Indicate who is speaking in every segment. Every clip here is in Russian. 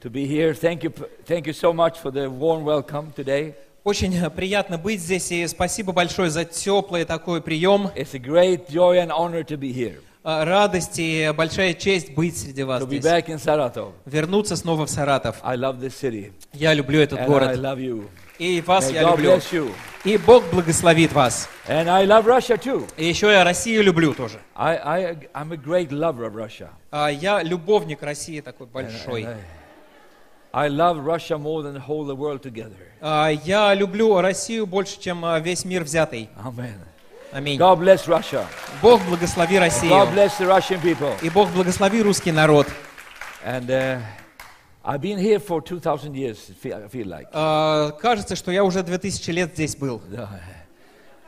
Speaker 1: to be here. Thank you, thank you so much for the warm welcome today.
Speaker 2: Очень э, приятно быть здесь, и спасибо большое за теплый такой прием.
Speaker 1: It's a great joy and honor to be here,
Speaker 2: Э, Радость и большая честь быть среди вас
Speaker 1: to be
Speaker 2: здесь.
Speaker 1: back in Saratov.
Speaker 2: Вернуться снова в Саратов.
Speaker 1: I love this city,
Speaker 2: Я люблю этот
Speaker 1: and I
Speaker 2: город.
Speaker 1: love you.
Speaker 2: И вас
Speaker 1: May
Speaker 2: я
Speaker 1: God
Speaker 2: люблю.
Speaker 1: bless you.
Speaker 2: И Бог благословит вас.
Speaker 1: And I love Russia too.
Speaker 2: И еще я Россию люблю тоже.
Speaker 1: I, I, I'm a great lover of Russia.
Speaker 2: А, Я любовник России такой
Speaker 1: And- and
Speaker 2: большой.
Speaker 1: I, I love Russia more than the whole the world together.
Speaker 2: А, Я люблю Россию больше, чем а, весь мир взятый.
Speaker 1: Amen.
Speaker 2: Аминь.
Speaker 1: God bless Russia.
Speaker 2: Бог благослови
Speaker 1: God
Speaker 2: Россию.
Speaker 1: bless the Russian people.
Speaker 2: И Бог благослови русский народ.
Speaker 1: And uh, I've been here for 2,000 years, I feel- I feel like.
Speaker 2: А, Кажется, что я уже 2000 лет здесь был.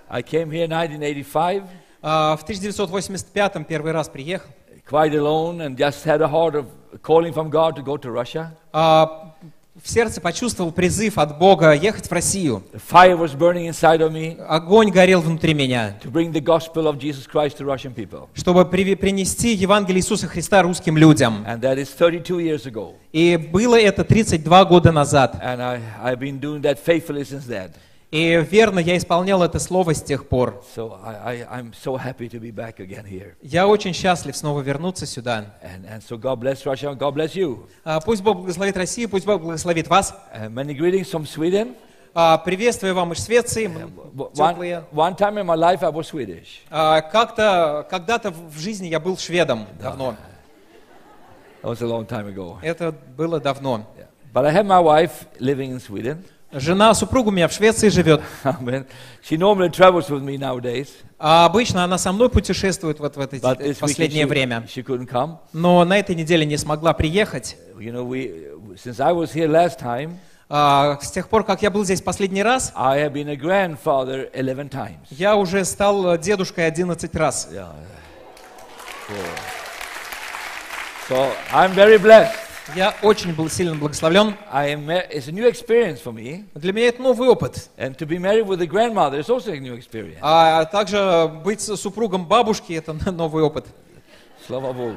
Speaker 1: I came here in 1985,
Speaker 2: А, В 1985 первый раз приехал.
Speaker 1: quite alone, and just had a heart of calling from God to go to Russia.
Speaker 2: А, В сердце почувствовал призыв от Бога ехать в Россию.
Speaker 1: The fire was burning inside of me
Speaker 2: Огонь горел внутри меня,
Speaker 1: to bring the gospel of Jesus Christ to Russian people.
Speaker 2: чтобы при- принести Евангелие Иисуса Христа русским людям.
Speaker 1: And that is 32 years ago.
Speaker 2: И было это 32 года назад.
Speaker 1: And I, I've been doing that faithfully since then.
Speaker 2: И верно, я исполнял это слово с тех пор.
Speaker 1: So I, I, I'm so happy to be back again here.
Speaker 2: Я очень счастлив снова вернуться сюда.
Speaker 1: And, and so God bless Russia and God bless you.
Speaker 2: А, Пусть Бог благословит Россию, пусть Бог благословит вас.
Speaker 1: Uh, many greetings from Sweden.
Speaker 2: А, Приветствую вам из Швеции. м,
Speaker 1: W- One,
Speaker 2: Теплые.
Speaker 1: one time in my life I was Swedish.
Speaker 2: А, Как-то, когда-то в в жизни я был шведом давно.
Speaker 1: That was a long time ago.
Speaker 2: Это было давно.
Speaker 1: Yeah. But I have my wife living in Sweden.
Speaker 2: Жена, супруга у меня в Швеции живет.
Speaker 1: Amen. She normally travels with me nowadays,
Speaker 2: А обычно она со мной путешествует вот в это
Speaker 1: but
Speaker 2: э,
Speaker 1: this
Speaker 2: последнее
Speaker 1: weekend
Speaker 2: время.
Speaker 1: she, she couldn't come.
Speaker 2: Но на этой неделе не смогла приехать.
Speaker 1: You know, we since I was here last time,
Speaker 2: А, с тех пор, как я был здесь последний раз,
Speaker 1: I have been a grandfather 11 times.
Speaker 2: я уже стал э, дедушкой 11 раз.
Speaker 1: Yeah. So, so I'm very blessed.
Speaker 2: Я очень был сильно благословлен.
Speaker 1: I am, it's a new experience for me,
Speaker 2: Для меня это новый опыт.
Speaker 1: and to be married with a grandmother is also a new experience.
Speaker 2: А также быть с- супругом бабушки – это новый опыт.
Speaker 1: Slava Bogu.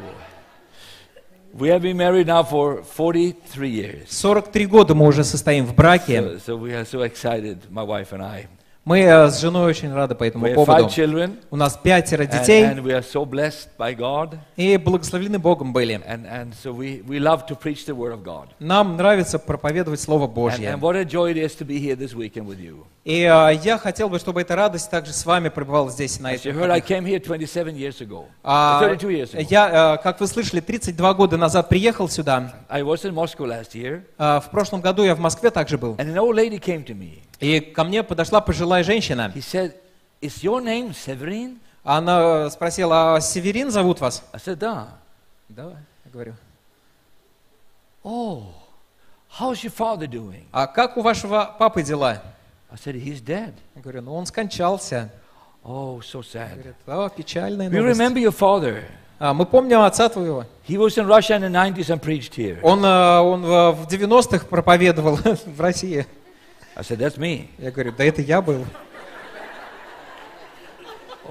Speaker 1: We have been married now for 43 years.
Speaker 2: 43 года мы уже состоим в браке.
Speaker 1: So, so we are so excited, my wife and I.
Speaker 2: Мы э, с женой очень рады по этому
Speaker 1: We have five
Speaker 2: поводу.
Speaker 1: children.
Speaker 2: У нас пятеро
Speaker 1: And,
Speaker 2: детей,
Speaker 1: and we are so blessed by God,
Speaker 2: и благословлены Богом были.
Speaker 1: and, and so we, we love to preach the Word of God.
Speaker 2: Нам нравится проповедовать Слово
Speaker 1: And,
Speaker 2: Божье.
Speaker 1: and what a joy it is to be here this weekend with you.
Speaker 2: И а, я хотел бы, чтобы эта радость также с вами пребывала здесь на
Speaker 1: As you
Speaker 2: этих
Speaker 1: heard, I Uh,
Speaker 2: выходных.
Speaker 1: came here 27 years ago,
Speaker 2: А,
Speaker 1: 32 years ago.
Speaker 2: Я, э, как вы слышали, 32 года назад приехал сюда.
Speaker 1: I was in Moscow last year,
Speaker 2: А, В прошлом году я в Москве также был.
Speaker 1: and an old lady came to me.
Speaker 2: И ко мне подошла пожилая женщина.
Speaker 1: He said, "Is your name Severin?"
Speaker 2: Она э, спросила, а Северин зовут вас?
Speaker 1: I said, "Да."
Speaker 2: Да, я говорю.
Speaker 1: Oh, how's your father doing?
Speaker 2: А как у вашего папы дела?
Speaker 1: I said, "He's dead."
Speaker 2: Я говорю, ну он скончался.
Speaker 1: Oh, so sad.
Speaker 2: Говорит, «А, печальная
Speaker 1: We
Speaker 2: новость.
Speaker 1: remember your father.
Speaker 2: А, мы помним отца твоего.
Speaker 1: He was in Russia in the 90s and preached here.
Speaker 2: Он, э, он э, в 90-х проповедовал в России.
Speaker 1: I said, "That's me."
Speaker 2: Я говорю, да это я был.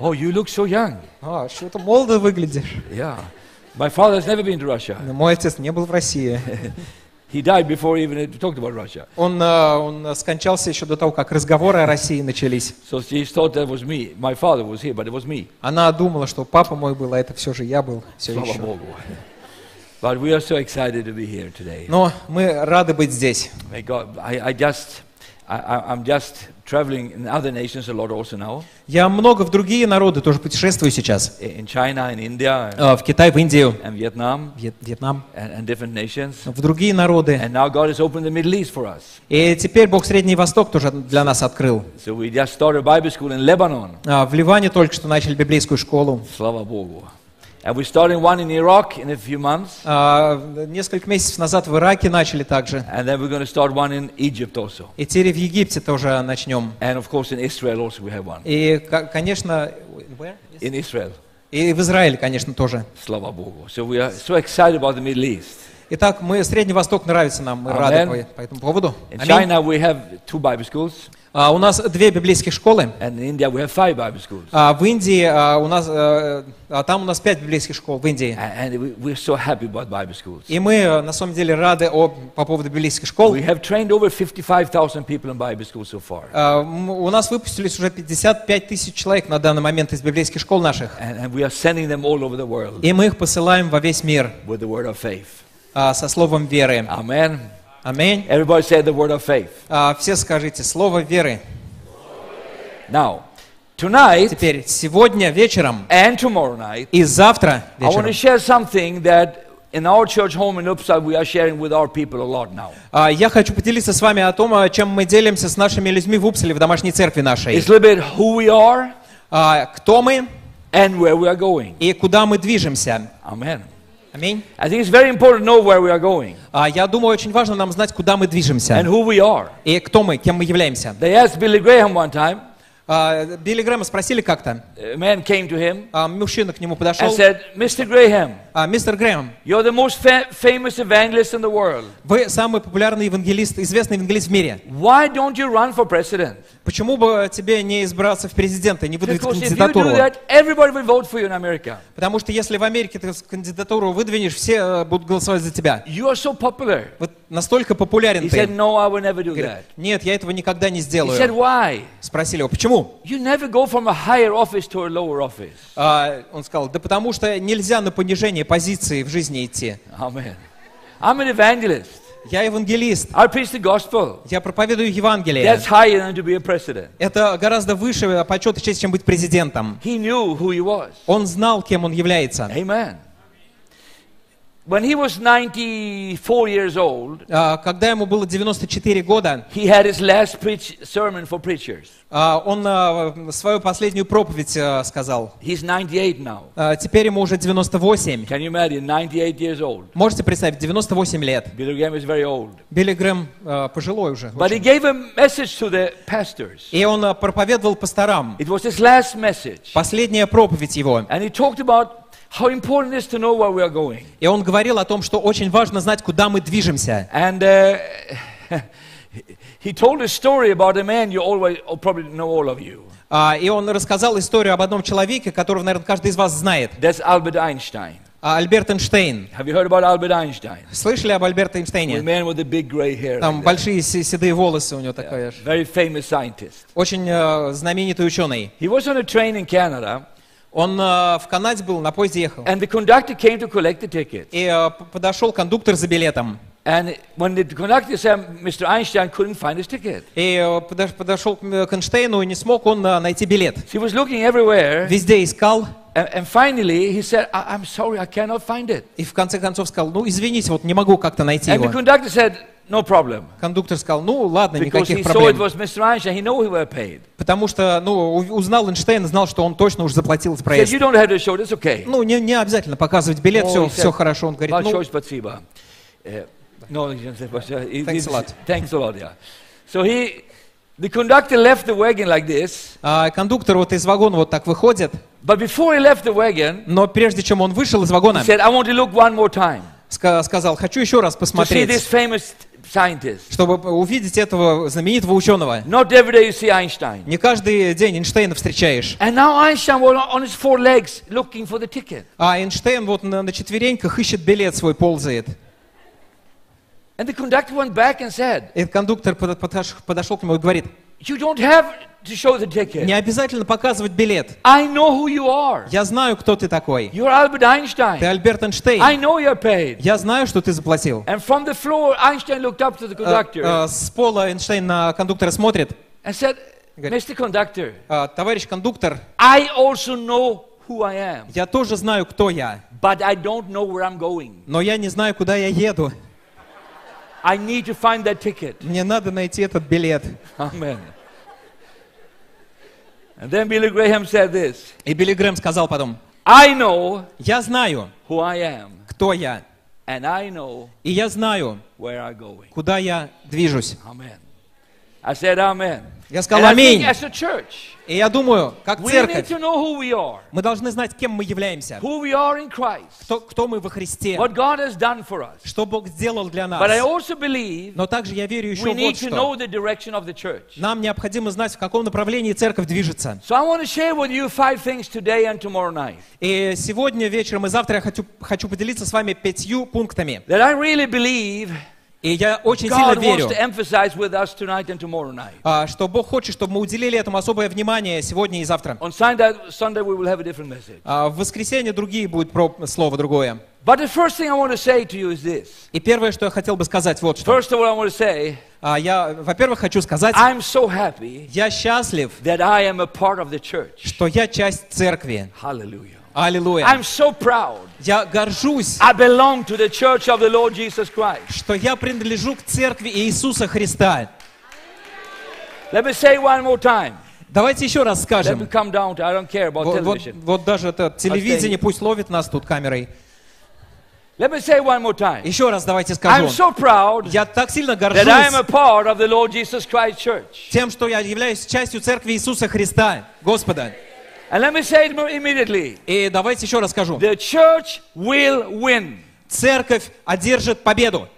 Speaker 1: Oh, you look so young.
Speaker 2: А, что ты молодо выглядишь.
Speaker 1: Yeah. My father has never been to Russia.
Speaker 2: Но Мой отец не был в России.
Speaker 1: He died before even it talked about Russia.
Speaker 2: Он, э, он э, скончался еще до того, как разговоры о России начались.
Speaker 1: So she thought that was me. My father was here, but it was me.
Speaker 2: Она думала, что папа мой был, а это все же я был. Все
Speaker 1: Slava
Speaker 2: еще.
Speaker 1: Bogu. But we are so excited to be here today.
Speaker 2: Но мы рады быть здесь.
Speaker 1: May God, I, I just, I, I, I'm just traveling in other nations a lot also now,
Speaker 2: Я много в другие народы тоже путешествую сейчас.
Speaker 1: i- in China, in India,
Speaker 2: Э, В Китай, в Индию,
Speaker 1: and Vietnam,
Speaker 2: Вьет- Вьетнам,
Speaker 1: and, and different nations.
Speaker 2: в другие народы.
Speaker 1: And now God has opened the Middle East for us.
Speaker 2: И теперь Бог Средний Восток тоже для нас открыл.
Speaker 1: So we just started Bible school in Lebanon.
Speaker 2: А, В Ливане только что начали библейскую школу.
Speaker 1: Slava Bogu. And we're starting one in Iraq in a few months.
Speaker 2: А, Несколько месяцев назад в Ираке начали также.
Speaker 1: And then we're going to start one in Egypt also.
Speaker 2: И теперь в Египте тоже начнем.
Speaker 1: And of course, in Israel also we have one.
Speaker 2: И, ко- конечно,
Speaker 1: In Israel,
Speaker 2: и в Израиле, конечно, тоже.
Speaker 1: Slava Bogu. So we are so excited about the Middle East.
Speaker 2: Итак, мы Средний Восток нравится нам, мы рады
Speaker 1: Амен.
Speaker 2: по, по этому поводу.
Speaker 1: In
Speaker 2: Аминь.
Speaker 1: China, we have two Bible schools,
Speaker 2: А, у нас две библейских школы.
Speaker 1: and in India, we have five Bible schools.
Speaker 2: А, в Индии а, у нас, э, а там у нас пять библейских школ в Индии.
Speaker 1: And and we- we're so happy about Bible schools.
Speaker 2: И мы э, на самом деле рады о, по поводу библейских школ.
Speaker 1: We have trained over 55,000 people in Bible school so far.
Speaker 2: А, м, у нас выпустились уже 55 тысяч человек на данный момент из библейских школ наших.
Speaker 1: And, and we are sending them all over the world
Speaker 2: И мы их посылаем во весь мир
Speaker 1: with the word of faith.
Speaker 2: а, со словом веры.
Speaker 1: Amen.
Speaker 2: Аминь.
Speaker 1: Everybody say the word of faith.
Speaker 2: А, все скажите слово веры.
Speaker 1: Now, tonight
Speaker 2: Теперь, сегодня вечером
Speaker 1: and tomorrow night,
Speaker 2: и завтра
Speaker 1: I want to
Speaker 2: вечером
Speaker 1: share something that in our church home in Uppsala we are sharing with our people a lot now.
Speaker 2: а, я хочу поделиться с вами о том, а, чем мы делимся с нашими людьми в Упселе, в домашней церкви нашей.
Speaker 1: It's a little bit who we are
Speaker 2: А, кто мы
Speaker 1: and where we are going.
Speaker 2: и куда мы движемся.
Speaker 1: Amen.
Speaker 2: Аминь.
Speaker 1: I think it's very important to know where we are going
Speaker 2: А, я думаю, очень важно нам знать, куда мы
Speaker 1: and
Speaker 2: движемся
Speaker 1: who we are.
Speaker 2: и кто мы, кем мы являемся.
Speaker 1: They asked Billy Graham one time,
Speaker 2: А, Билли Грэма спросили как-то.
Speaker 1: a man came to him
Speaker 2: А, мужчина к нему подошел.
Speaker 1: and said, Mr. Graham,
Speaker 2: А, Мистер Грэм,
Speaker 1: you're the most fa- famous evangelist in the world.
Speaker 2: вы самый популярный евангелист, известный евангелист в мире.
Speaker 1: Why don't you run for president?
Speaker 2: Почему бы тебе не избраться в президенты, не выдвинуть
Speaker 1: Because if you do
Speaker 2: кандидатуру?
Speaker 1: that, everybody will vote for you in America.
Speaker 2: Потому что если в Америке ты с- кандидатуру выдвинешь, все э, будут голосовать за тебя.
Speaker 1: You are so popular.
Speaker 2: Вот настолько популярен
Speaker 1: He said,
Speaker 2: ты.
Speaker 1: No, I will never do that.
Speaker 2: Говорит, Нет, я этого никогда не
Speaker 1: He said,
Speaker 2: сделаю.
Speaker 1: Why?
Speaker 2: Спросили его, почему?
Speaker 1: You never go from a higher office to a lower office.
Speaker 2: А, он сказал, да потому что нельзя на понижение позиции в жизни идти.
Speaker 1: Amen. I'm an evangelist.
Speaker 2: Я евангелист,
Speaker 1: I preach the gospel.
Speaker 2: я проповедую Евангелие.
Speaker 1: That's higher than to be a president.
Speaker 2: Это гораздо выше почет и честь, чем быть президентом.
Speaker 1: He knew who he was.
Speaker 2: Он знал, кем он является.
Speaker 1: Amen. When he was 94 years old,
Speaker 2: А, Когда ему было 94 года,
Speaker 1: he had his last preach sermon for preachers.
Speaker 2: а, он а, свою последнюю проповедь а, сказал.
Speaker 1: He's 98 now.
Speaker 2: А, Теперь ему уже 98.
Speaker 1: Can you imagine? 98 years old.
Speaker 2: Можете представить, 98 лет.
Speaker 1: Billy Graham is very old.
Speaker 2: Билли Грэм э, пожилой уже.
Speaker 1: But he gave a message to the pastors.
Speaker 2: И он э, проповедовал пасторам.
Speaker 1: It was his last message.
Speaker 2: Последняя проповедь его.
Speaker 1: And he talked about how important it is to know where we are going.
Speaker 2: И он говорил о том, что очень важно знать, куда мы движемся.
Speaker 1: And uh, he told a story about a man you always or probably know all of you.
Speaker 2: А, и он рассказал историю об одном человеке, которого, наверное, каждый из вас знает.
Speaker 1: That's Albert Einstein.
Speaker 2: А, Альберт Эйнштейн.
Speaker 1: Have you heard about Albert Einstein?
Speaker 2: Слышали об Альберте
Speaker 1: The
Speaker 2: Эйнштейне?
Speaker 1: man with the big gray hair.
Speaker 2: Там
Speaker 1: like that.
Speaker 2: большие се- седые волосы у него такая. ж.
Speaker 1: Very famous scientist.
Speaker 2: Очень э, знаменитый ученый.
Speaker 1: He was on a train in Canada,
Speaker 2: Он э, в Канаде был, на поезде ехал.
Speaker 1: and the conductor came to collect the ticket.
Speaker 2: И э, п- подошел кондуктор за билетом.
Speaker 1: And when the conductor said, Mr. Einstein couldn't find his ticket.
Speaker 2: И э, подош- подошел к м- к Эйнштейну и не смог он э, найти билет.
Speaker 1: So he was looking everywhere,
Speaker 2: Везде искал,
Speaker 1: and, and finally he said, I- I'm sorry, I cannot find it.
Speaker 2: И в конце концов сказал, ну извините, вот не могу как-то найти
Speaker 1: And the
Speaker 2: его.
Speaker 1: conductor said, No problem.
Speaker 2: Кондуктор сказал, ну ладно,
Speaker 1: Because he
Speaker 2: никаких
Speaker 1: saw it
Speaker 2: проблем.
Speaker 1: was Mr. Einstein, he knew he were paid.
Speaker 2: Потому что, ну, у- узнал Эйнштейн, знал, что он точно уже заплатил за
Speaker 1: Said,
Speaker 2: проезд.
Speaker 1: you don't have to show, that's okay.
Speaker 2: Ну, не, не обязательно показывать билет,
Speaker 1: Oh,
Speaker 2: все,
Speaker 1: he
Speaker 2: все
Speaker 1: said,
Speaker 2: хорошо. Он говорит,
Speaker 1: I'll show
Speaker 2: ну,
Speaker 1: you Spatsiba. Uh, no, he didn't say Spatsiba. uh, He-
Speaker 2: Thanks a
Speaker 1: he-
Speaker 2: lot.
Speaker 1: Thanks a lot, yeah. So he, the conductor left the wagon like this,
Speaker 2: а, кондуктор вот из вагона вот так выходит,
Speaker 1: but before he left the wagon,
Speaker 2: но прежде чем он вышел из
Speaker 1: he
Speaker 2: вагона,
Speaker 1: said, I want to look one more time
Speaker 2: ска- сказал, хочу еще раз
Speaker 1: to see this
Speaker 2: посмотреть,
Speaker 1: famous scientist.
Speaker 2: чтобы увидеть этого знаменитого ученого.
Speaker 1: Not every day you see Einstein.
Speaker 2: Не каждый день Эйнштейна встречаешь.
Speaker 1: And now Einstein was on his four legs looking for the ticket.
Speaker 2: А Эйнштейн вот на, на четвереньках ищет билет свой, ползает.
Speaker 1: And the conductor went back and said,
Speaker 2: И кондуктор подо- подош- подошел к нему и говорит,
Speaker 1: You don't have to show the ticket.
Speaker 2: Не обязательно показывать билет.
Speaker 1: I know who you are.
Speaker 2: Я знаю, кто ты такой.
Speaker 1: You're Albert
Speaker 2: Ты
Speaker 1: Einstein.
Speaker 2: Альберт
Speaker 1: I
Speaker 2: Эйнштейн.
Speaker 1: know you're paid.
Speaker 2: Я знаю, что ты заплатил.
Speaker 1: And from the floor, Einstein looked up to the
Speaker 2: Э,
Speaker 1: conductor
Speaker 2: э, С пола Эйнштейн на кондуктора смотрит.
Speaker 1: and said,
Speaker 2: Good.
Speaker 1: Mr. Conductor,
Speaker 2: Э, Товарищ кондуктор,
Speaker 1: I also know who I am,
Speaker 2: я тоже знаю, кто я,
Speaker 1: but I don't know where I'm going.
Speaker 2: но я не знаю, куда я еду.
Speaker 1: I need to find that ticket.
Speaker 2: Мне надо найти этот билет.
Speaker 1: Amen. And then Billy Graham said this
Speaker 2: И Билли Грэм сказал потом,
Speaker 1: I know
Speaker 2: я знаю,
Speaker 1: who I am,
Speaker 2: кто я,
Speaker 1: and I know
Speaker 2: и я знаю,
Speaker 1: where I'm going.
Speaker 2: куда я движусь.
Speaker 1: Amen. I said amen.
Speaker 2: Я сказал
Speaker 1: And I think
Speaker 2: аминь.
Speaker 1: as a church,
Speaker 2: И я думаю, как
Speaker 1: we need
Speaker 2: церковь,
Speaker 1: to know who we are,
Speaker 2: мы должны знать, кем мы являемся,
Speaker 1: who we are in Christ,
Speaker 2: кто, кто мы во Христе,
Speaker 1: what God has done for us.
Speaker 2: что Бог сделал для
Speaker 1: But I
Speaker 2: нас.
Speaker 1: also believe
Speaker 2: Но также я верю еще
Speaker 1: we
Speaker 2: вот
Speaker 1: need to
Speaker 2: что.
Speaker 1: know the direction of the church.
Speaker 2: Нам необходимо знать, в каком направлении церковь движется.
Speaker 1: So I want to share with you five things today and tomorrow night
Speaker 2: И сегодня вечером и завтра я хочу, хочу поделиться с вами пятью пунктами.
Speaker 1: that I really believe
Speaker 2: И я очень сильно
Speaker 1: God wants
Speaker 2: верю,
Speaker 1: to emphasize with us tonight and tomorrow night.
Speaker 2: а, что Бог хочет, чтобы мы уделили этому особое внимание сегодня и завтра.
Speaker 1: On Sunday, Sunday we will have a different message.
Speaker 2: А, В воскресенье другие будут про слово другое.
Speaker 1: But the first thing I want to say to you is this.
Speaker 2: И первое, что я хотел бы сказать, вот что.
Speaker 1: First of all, I want to say
Speaker 2: А, Я, во-первых, хочу сказать,
Speaker 1: I'm so happy
Speaker 2: я счастлив,
Speaker 1: that I am a part of the church.
Speaker 2: что я часть церкви.
Speaker 1: Hallelujah.
Speaker 2: Аллилуйя.
Speaker 1: I'm so proud.
Speaker 2: Я горжусь,
Speaker 1: I belong to the church of the Lord Jesus Christ.
Speaker 2: что я принадлежу к церкви Иисуса Христа.
Speaker 1: Let me say one more time.
Speaker 2: Давайте еще раз
Speaker 1: Let me
Speaker 2: скажем.
Speaker 1: come down to, I don't care about
Speaker 2: Вот, вот-
Speaker 1: television.
Speaker 2: вот даже это телевидение пусть ловит нас тут камерой.
Speaker 1: Let me say one more time.
Speaker 2: Еще раз давайте
Speaker 1: I'm
Speaker 2: скажу.
Speaker 1: so proud
Speaker 2: Я так сильно
Speaker 1: that I am a
Speaker 2: горжусь
Speaker 1: part of the Lord Jesus Christ church.
Speaker 2: тем, что я являюсь частью церкви Иисуса Христа, Господа.
Speaker 1: And let me say it more immediately.
Speaker 2: И давайте еще раз скажу.
Speaker 1: The church will win.
Speaker 2: Церковь одержит победу.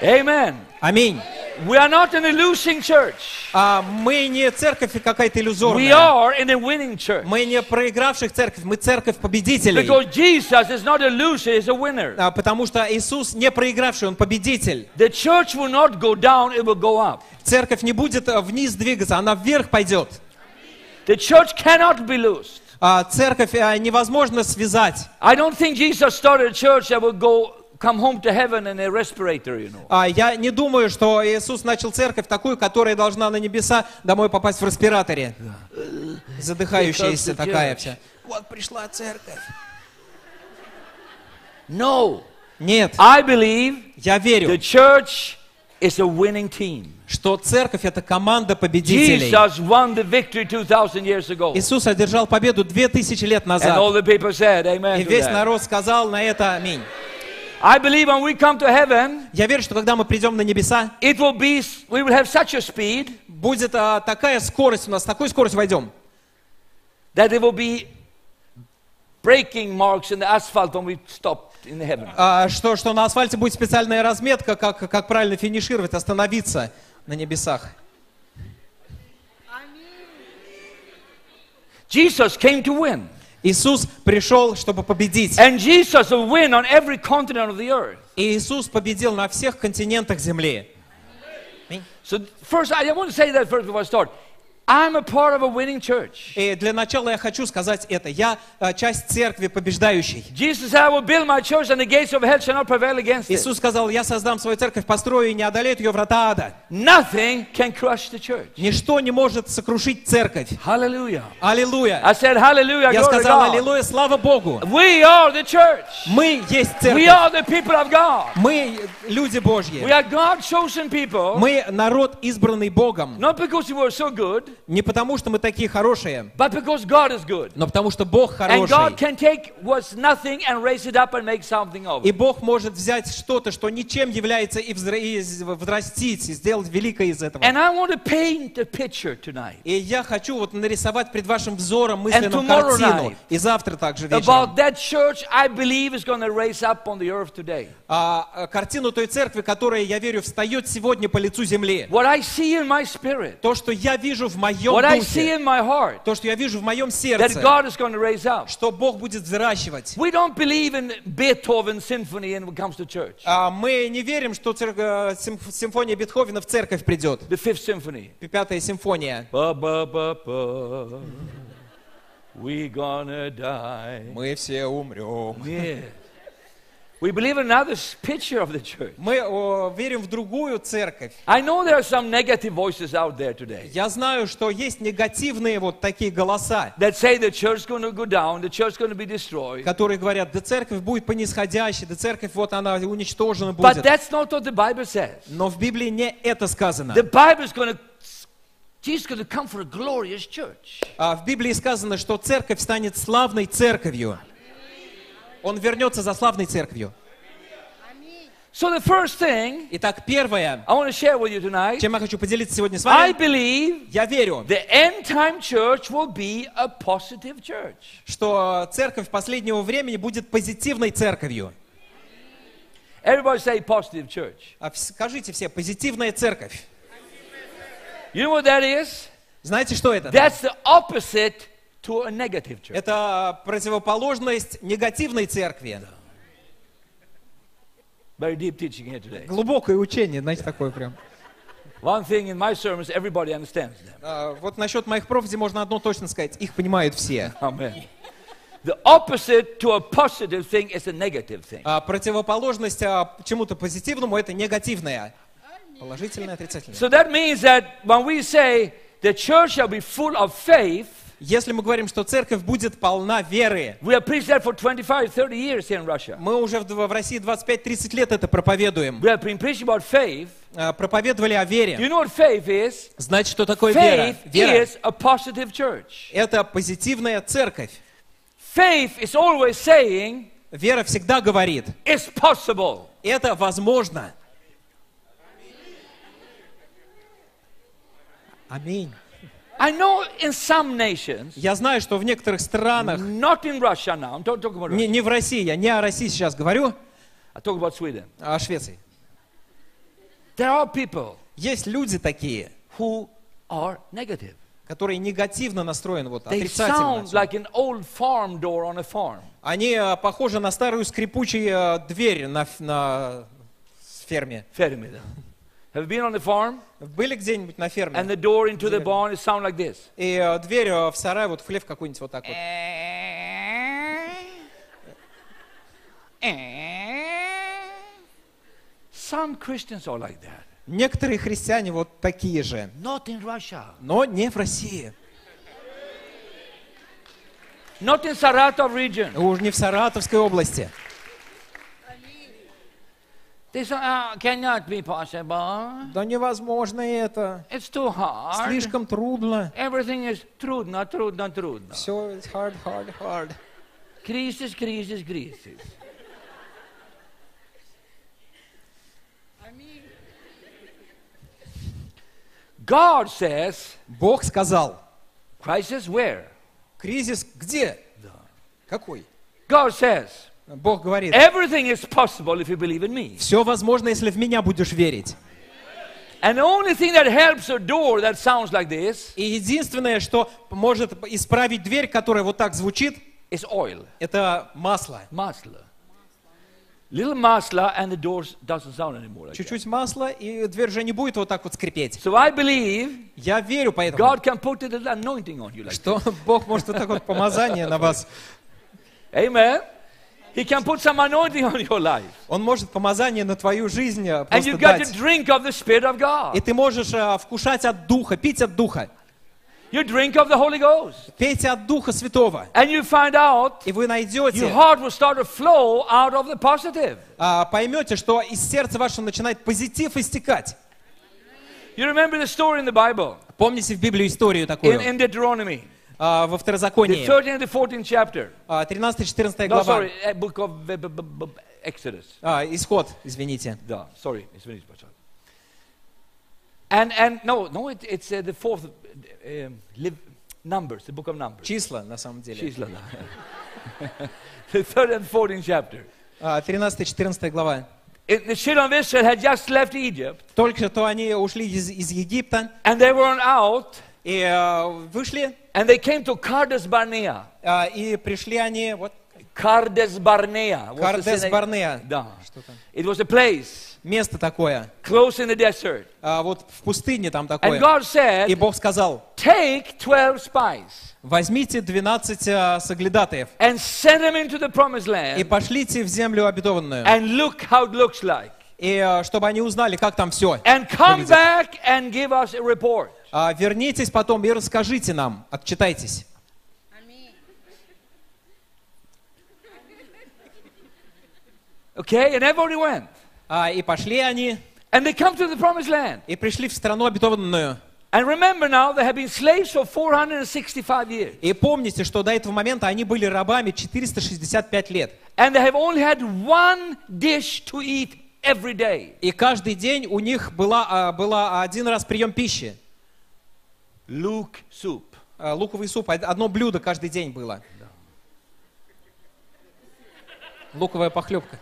Speaker 1: Amen.
Speaker 2: Аминь.
Speaker 1: We are not in a losing church.
Speaker 2: А мы не церковь какая-то
Speaker 1: We
Speaker 2: иллюзорная.
Speaker 1: are in a winning church.
Speaker 2: Мы не проигравших церковь, мы церковь победителей.
Speaker 1: Because Jesus is not a loser, he's a winner.
Speaker 2: А, Потому что Иисус не проигравший, Он победитель.
Speaker 1: The church will not go down, it will go up.
Speaker 2: Церковь не будет а, вниз двигаться, она вверх пойдет.
Speaker 1: The church cannot be loosed.
Speaker 2: А, Церковь а, невозможно связать.
Speaker 1: I don't think Jesus started a church that would go come home to heaven in a respirator, you know.
Speaker 2: А, Я не думаю, что Иисус начал церковь такую, которая должна на небеса домой попасть в респираторе. Задыхающаяся
Speaker 1: Because the
Speaker 2: такая
Speaker 1: church.
Speaker 2: вся. Вот пришла церковь.
Speaker 1: No.
Speaker 2: Нет,
Speaker 1: I believe
Speaker 2: я
Speaker 1: the
Speaker 2: верю,
Speaker 1: church is a winning team.
Speaker 2: что церковь это команда победителей.
Speaker 1: Jesus won the victory 2,000 years ago.
Speaker 2: Иисус одержал победу две тысячи лет
Speaker 1: And all
Speaker 2: назад.
Speaker 1: the people said,
Speaker 2: И
Speaker 1: Amen. to
Speaker 2: весь
Speaker 1: that.
Speaker 2: народ сказал на это аминь.
Speaker 1: I believe when we come to heaven,
Speaker 2: Я верю, что когда мы придем на небеса,
Speaker 1: it will be, we will have such a speed
Speaker 2: будет а, такая скорость у нас, такой скорость войдем,
Speaker 1: that there will be breaking marks in the asphalt when we stop in heaven.
Speaker 2: а, что, что на асфальте будет специальная разметка, как, как правильно финишировать, остановиться на небесах.
Speaker 1: Jesus came to win.
Speaker 2: Иисус пришел, чтобы победить.
Speaker 1: And Jesus will win on every continent of the earth.
Speaker 2: И Иисус победил на всех континентах земли.
Speaker 1: So first, I want to say that first before I start. I'm a part of a winning church.
Speaker 2: И для начала я хочу сказать это. Я а, часть церкви побеждающей.
Speaker 1: Jesus said, I will build my church and the gates of hell shall not prevail against it.
Speaker 2: Иисус сказал, я создам свою церковь, построю и не одолеют ее врата ада.
Speaker 1: Nothing can crush the church.
Speaker 2: Ничто не может сокрушить церковь.
Speaker 1: Hallelujah.
Speaker 2: Аллилуйя.
Speaker 1: I said, hallelujah,
Speaker 2: Я
Speaker 1: glory to
Speaker 2: сказал,
Speaker 1: God.
Speaker 2: аллилуйя, слава Богу.
Speaker 1: We are the church.
Speaker 2: Мы есть
Speaker 1: We
Speaker 2: церковь.
Speaker 1: are the people of God.
Speaker 2: Мы люди
Speaker 1: We
Speaker 2: Божьи.
Speaker 1: are God's chosen people,
Speaker 2: Мы народ, избранный Богом.
Speaker 1: not because we were so good,
Speaker 2: Не потому, что мы такие хорошие,
Speaker 1: but because God is good.
Speaker 2: но потому, что Бог
Speaker 1: And God
Speaker 2: хороший.
Speaker 1: can take what's nothing and raise it up and make something of
Speaker 2: И
Speaker 1: it.
Speaker 2: Бог может взять что-то, что ничем является, и взра- и из- взрастить, и сделать великое из этого.
Speaker 1: And I want to paint a picture tonight
Speaker 2: И я хочу вот нарисовать пред вашим взором
Speaker 1: And
Speaker 2: мысленную
Speaker 1: tomorrow
Speaker 2: картину.
Speaker 1: night.
Speaker 2: И завтра также вечером.
Speaker 1: about that church I believe is going to raise up on the earth today.
Speaker 2: А, а, картину той церкви, которая, я верю, встает сегодня по лицу земли.
Speaker 1: What I see in my spirit,
Speaker 2: То, что я вижу в моем
Speaker 1: what I see
Speaker 2: духе,
Speaker 1: in my heart,
Speaker 2: то, что я вижу в моем
Speaker 1: that
Speaker 2: сердце,
Speaker 1: God is going to raise up.
Speaker 2: что Бог будет взращивать.
Speaker 1: We don't believe in Beethoven's symphony when it comes to church,
Speaker 2: А, Мы не верим, что цер- э, симф- симфония Бетховена в церковь придет.
Speaker 1: the fifth symphony.
Speaker 2: П- Пятая симфония.
Speaker 1: Ba, ba, ba, ba. We gonna die.
Speaker 2: Мы все умрем.
Speaker 1: Yeah. We believe in another s- picture of the church.
Speaker 2: Мы о, верим в другую церковь.
Speaker 1: I know there are some negative voices out there today
Speaker 2: Я знаю, что есть негативные вот такие голоса,
Speaker 1: that say the church's going to go down, the church's going to be destroyed.
Speaker 2: которые говорят, да церковь будет по нисходящей, да церковь вот она уничтожена
Speaker 1: But
Speaker 2: будет.
Speaker 1: that's not what the Bible says.
Speaker 2: Но в Библии не это сказано.
Speaker 1: The Bible is going to, Jesus is going to come for a glorious church.
Speaker 2: А в Библии сказано, что церковь станет славной церковью. Он вернется за славной церковью.
Speaker 1: So the first thing
Speaker 2: Итак, первое,
Speaker 1: I want to share with you tonight,
Speaker 2: чем я хочу поделиться сегодня с
Speaker 1: I
Speaker 2: вами,
Speaker 1: believe
Speaker 2: я верю,
Speaker 1: the end time church will be a positive church.
Speaker 2: что церковь последнего времени будет позитивной церковью.
Speaker 1: Everybody say positive church.
Speaker 2: А вс- Скажите все, позитивная церковь.
Speaker 1: You know what that is?
Speaker 2: Знаете, что это?
Speaker 1: That's the opposite to a negative church.
Speaker 2: Это противоположность негативной церкви.
Speaker 1: Very deep teaching here today.
Speaker 2: Глубокое учение, знаете, такое прям.
Speaker 1: One thing in my sermons, everybody understands them.
Speaker 2: А, Вот насчет моих профзи можно одно точно сказать. Их понимают все.
Speaker 1: Amen. The opposite to a positive thing is a negative thing.
Speaker 2: А противоположность а, чему-то позитивному это негативное. Положительное, отрицательное.
Speaker 1: So that means that when we say the church shall be full of faith,
Speaker 2: Если мы говорим, что церковь будет полна веры,
Speaker 1: we have preached that for 25, 30 years here in Russia.
Speaker 2: мы уже в дв- в России 25-30 лет это проповедуем.
Speaker 1: We have been preaching about faith.
Speaker 2: А, Проповедовали о
Speaker 1: Do you
Speaker 2: вере.
Speaker 1: know what faith is?
Speaker 2: Значит, что такое вера?
Speaker 1: Faith
Speaker 2: Вера
Speaker 1: is a positive church.
Speaker 2: это позитивная церковь.
Speaker 1: Faith is always saying
Speaker 2: Вера всегда говорит,
Speaker 1: it's possible.
Speaker 2: это возможно. Аминь.
Speaker 1: I know in some nations,
Speaker 2: Я знаю, что в некоторых странах,
Speaker 1: not in Russia now, I'm not talking about
Speaker 2: не,
Speaker 1: Russia,
Speaker 2: не в России, я не о России сейчас говорю,
Speaker 1: I talk about Sweden.
Speaker 2: а о Швеции.
Speaker 1: There are people
Speaker 2: Есть люди такие,
Speaker 1: who are negative.
Speaker 2: которые негативно настроены, вот,
Speaker 1: They
Speaker 2: отрицательно.
Speaker 1: sound like an old farm door on a farm.
Speaker 2: Они э, похожи на старую скрипучую э, дверь на, ф- на с ферме.
Speaker 1: Fermi. då. Have you been on the farm?
Speaker 2: Были где-нибудь на ферме?
Speaker 1: And the door into the barn, it sound like this.
Speaker 2: И э, дверь э, в сарай, вот в хлев какой-нибудь вот так вот.
Speaker 1: Some Christians are like that.
Speaker 2: Некоторые христиане вот такие же,
Speaker 1: Not in Russia.
Speaker 2: но не в России.
Speaker 1: Not in Saratov region.
Speaker 2: Ну, Уж не в Саратовской области.
Speaker 1: They say, "Ah, cannot be possible.
Speaker 2: Да невозможно это.
Speaker 1: It's too hard.
Speaker 2: Слишком трудно.
Speaker 1: Everything is трудно, трудно, трудно.
Speaker 2: Все hard, hard, hard.
Speaker 1: Кризис, кризис, кризис. God says,
Speaker 2: Бог сказал.
Speaker 1: crisis where?
Speaker 2: Кризис где? Какой?
Speaker 1: God says,
Speaker 2: Бог говорит.
Speaker 1: everything is possible if you believe in me.
Speaker 2: Все возможно, если в меня будешь верить.
Speaker 1: And the only thing that helps a door that sounds like this
Speaker 2: И единственное, что может исправить дверь, которая вот так звучит,
Speaker 1: is oil,
Speaker 2: это масло.
Speaker 1: masla. Little masla and the door doesn't sound anymore like that.
Speaker 2: Чуть-чуть масла, и дверь уже не будет вот так вот скрипеть.
Speaker 1: So I believe
Speaker 2: Я верю поэтому,
Speaker 1: God can put a little anointing on you like
Speaker 2: что Бог может вот так вот помазание на вас.
Speaker 1: Amen. He can put some anointing on your life.
Speaker 2: Он может помазание на твою жизнь э,
Speaker 1: And
Speaker 2: просто
Speaker 1: you got to
Speaker 2: дать.
Speaker 1: drink of the Spirit of
Speaker 2: И
Speaker 1: God.
Speaker 2: ты можешь э, вкушать от Духа, пить от Духа.
Speaker 1: You drink of the Holy Ghost.
Speaker 2: Пейте от Духа Святого.
Speaker 1: And you find out
Speaker 2: И вы
Speaker 1: your
Speaker 2: найдете,
Speaker 1: heart will start to flow out of the positive.
Speaker 2: а, поймете, что из сердца вашего начинает позитив истекать.
Speaker 1: You remember the story in the Bible,
Speaker 2: Помните в Библию историю
Speaker 1: in,
Speaker 2: такую?
Speaker 1: in Deuteronomy,
Speaker 2: А, во
Speaker 1: the
Speaker 2: Второзаконии,
Speaker 1: 13th and the 14th chapter.
Speaker 2: а, 13-14
Speaker 1: No,
Speaker 2: глава.
Speaker 1: sorry, uh, book of uh, b- b- b- Exodus.
Speaker 2: А, исход, извините.
Speaker 1: No, sorry, it's finished. but sorry. And, and no, no, it, it's uh, the fourth, uh, um, Lev- Numbers, the book of Numbers.
Speaker 2: Числа, на самом деле.
Speaker 1: She's like that. the third and fourteenth chapter.
Speaker 2: А, 13-14 глава.
Speaker 1: It, the children of Israel had just left Egypt,
Speaker 2: Только что они ушли из, из Египта
Speaker 1: and they were on out,
Speaker 2: и а, вышли,
Speaker 1: and they came to Kardes Barnea.
Speaker 2: а, и пришли они... Вот,
Speaker 1: Kardes Barnea. was the
Speaker 2: Кардес
Speaker 1: synagogue-
Speaker 2: Барнея.
Speaker 1: Да.
Speaker 2: Что там?
Speaker 1: It was a place
Speaker 2: Место такое.
Speaker 1: close in the desert.
Speaker 2: А, вот в пустыне там
Speaker 1: And
Speaker 2: такое.
Speaker 1: God
Speaker 2: И
Speaker 1: said,
Speaker 2: Бог сказал,
Speaker 1: Take 12 spies
Speaker 2: возьмите 12 а, соглядатаев
Speaker 1: and send them into the promised
Speaker 2: и
Speaker 1: land
Speaker 2: пошлите в землю обетованную.
Speaker 1: and look how it looks like.
Speaker 2: И а, чтобы они узнали, как там все.
Speaker 1: And come
Speaker 2: Выглядит.
Speaker 1: back and give us a report.
Speaker 2: А, вернитесь потом и расскажите нам, отчитайтесь.
Speaker 1: Okay? And everybody went.
Speaker 2: А, и пошли они,
Speaker 1: And they come to the promised land.
Speaker 2: и пришли в страну обетованную.
Speaker 1: And remember now, they have been slaves for 465 years.
Speaker 2: И помните, что до этого момента они были рабами 465 лет.
Speaker 1: And they have only had one dish to eat every day.
Speaker 2: И каждый день у них была, а, была один раз прием пищи.
Speaker 1: Luke soup.
Speaker 2: А, Луковый суп, од- одно блюдо каждый день было. Луковая похлебка.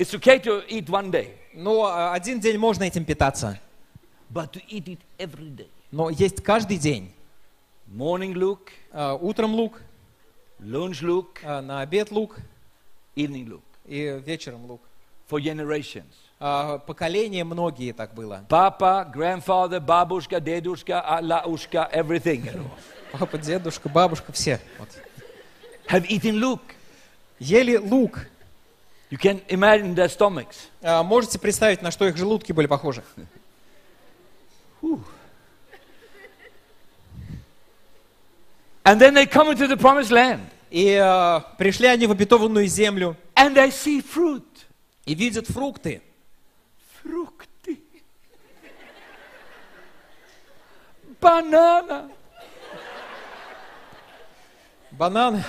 Speaker 1: It's okay to eat one day,
Speaker 2: Но а, один день можно этим питаться,
Speaker 1: but to eat it every day.
Speaker 2: но есть каждый день.
Speaker 1: Morning Luke,
Speaker 2: А, Утром лук,
Speaker 1: lunch Luke,
Speaker 2: а, на обед лук
Speaker 1: evening Luke.
Speaker 2: и вечером лук.
Speaker 1: For generations.
Speaker 2: А, Поколения многие так было.
Speaker 1: Papa, grandfather, babushka, dedushka, alaushka, everything. you know,
Speaker 2: Папа, дедушка, бабушка, все. Вот.
Speaker 1: Have eaten Luke.
Speaker 2: Ели лук.
Speaker 1: You can imagine their stomachs.
Speaker 2: А, Можете представить, на что их желудки были похожи?
Speaker 1: And then they come into the promised land
Speaker 2: И а, пришли они в обетованную землю
Speaker 1: and they see fruit.
Speaker 2: и видят фрукты.
Speaker 1: Fructi. Banana.
Speaker 2: Банан.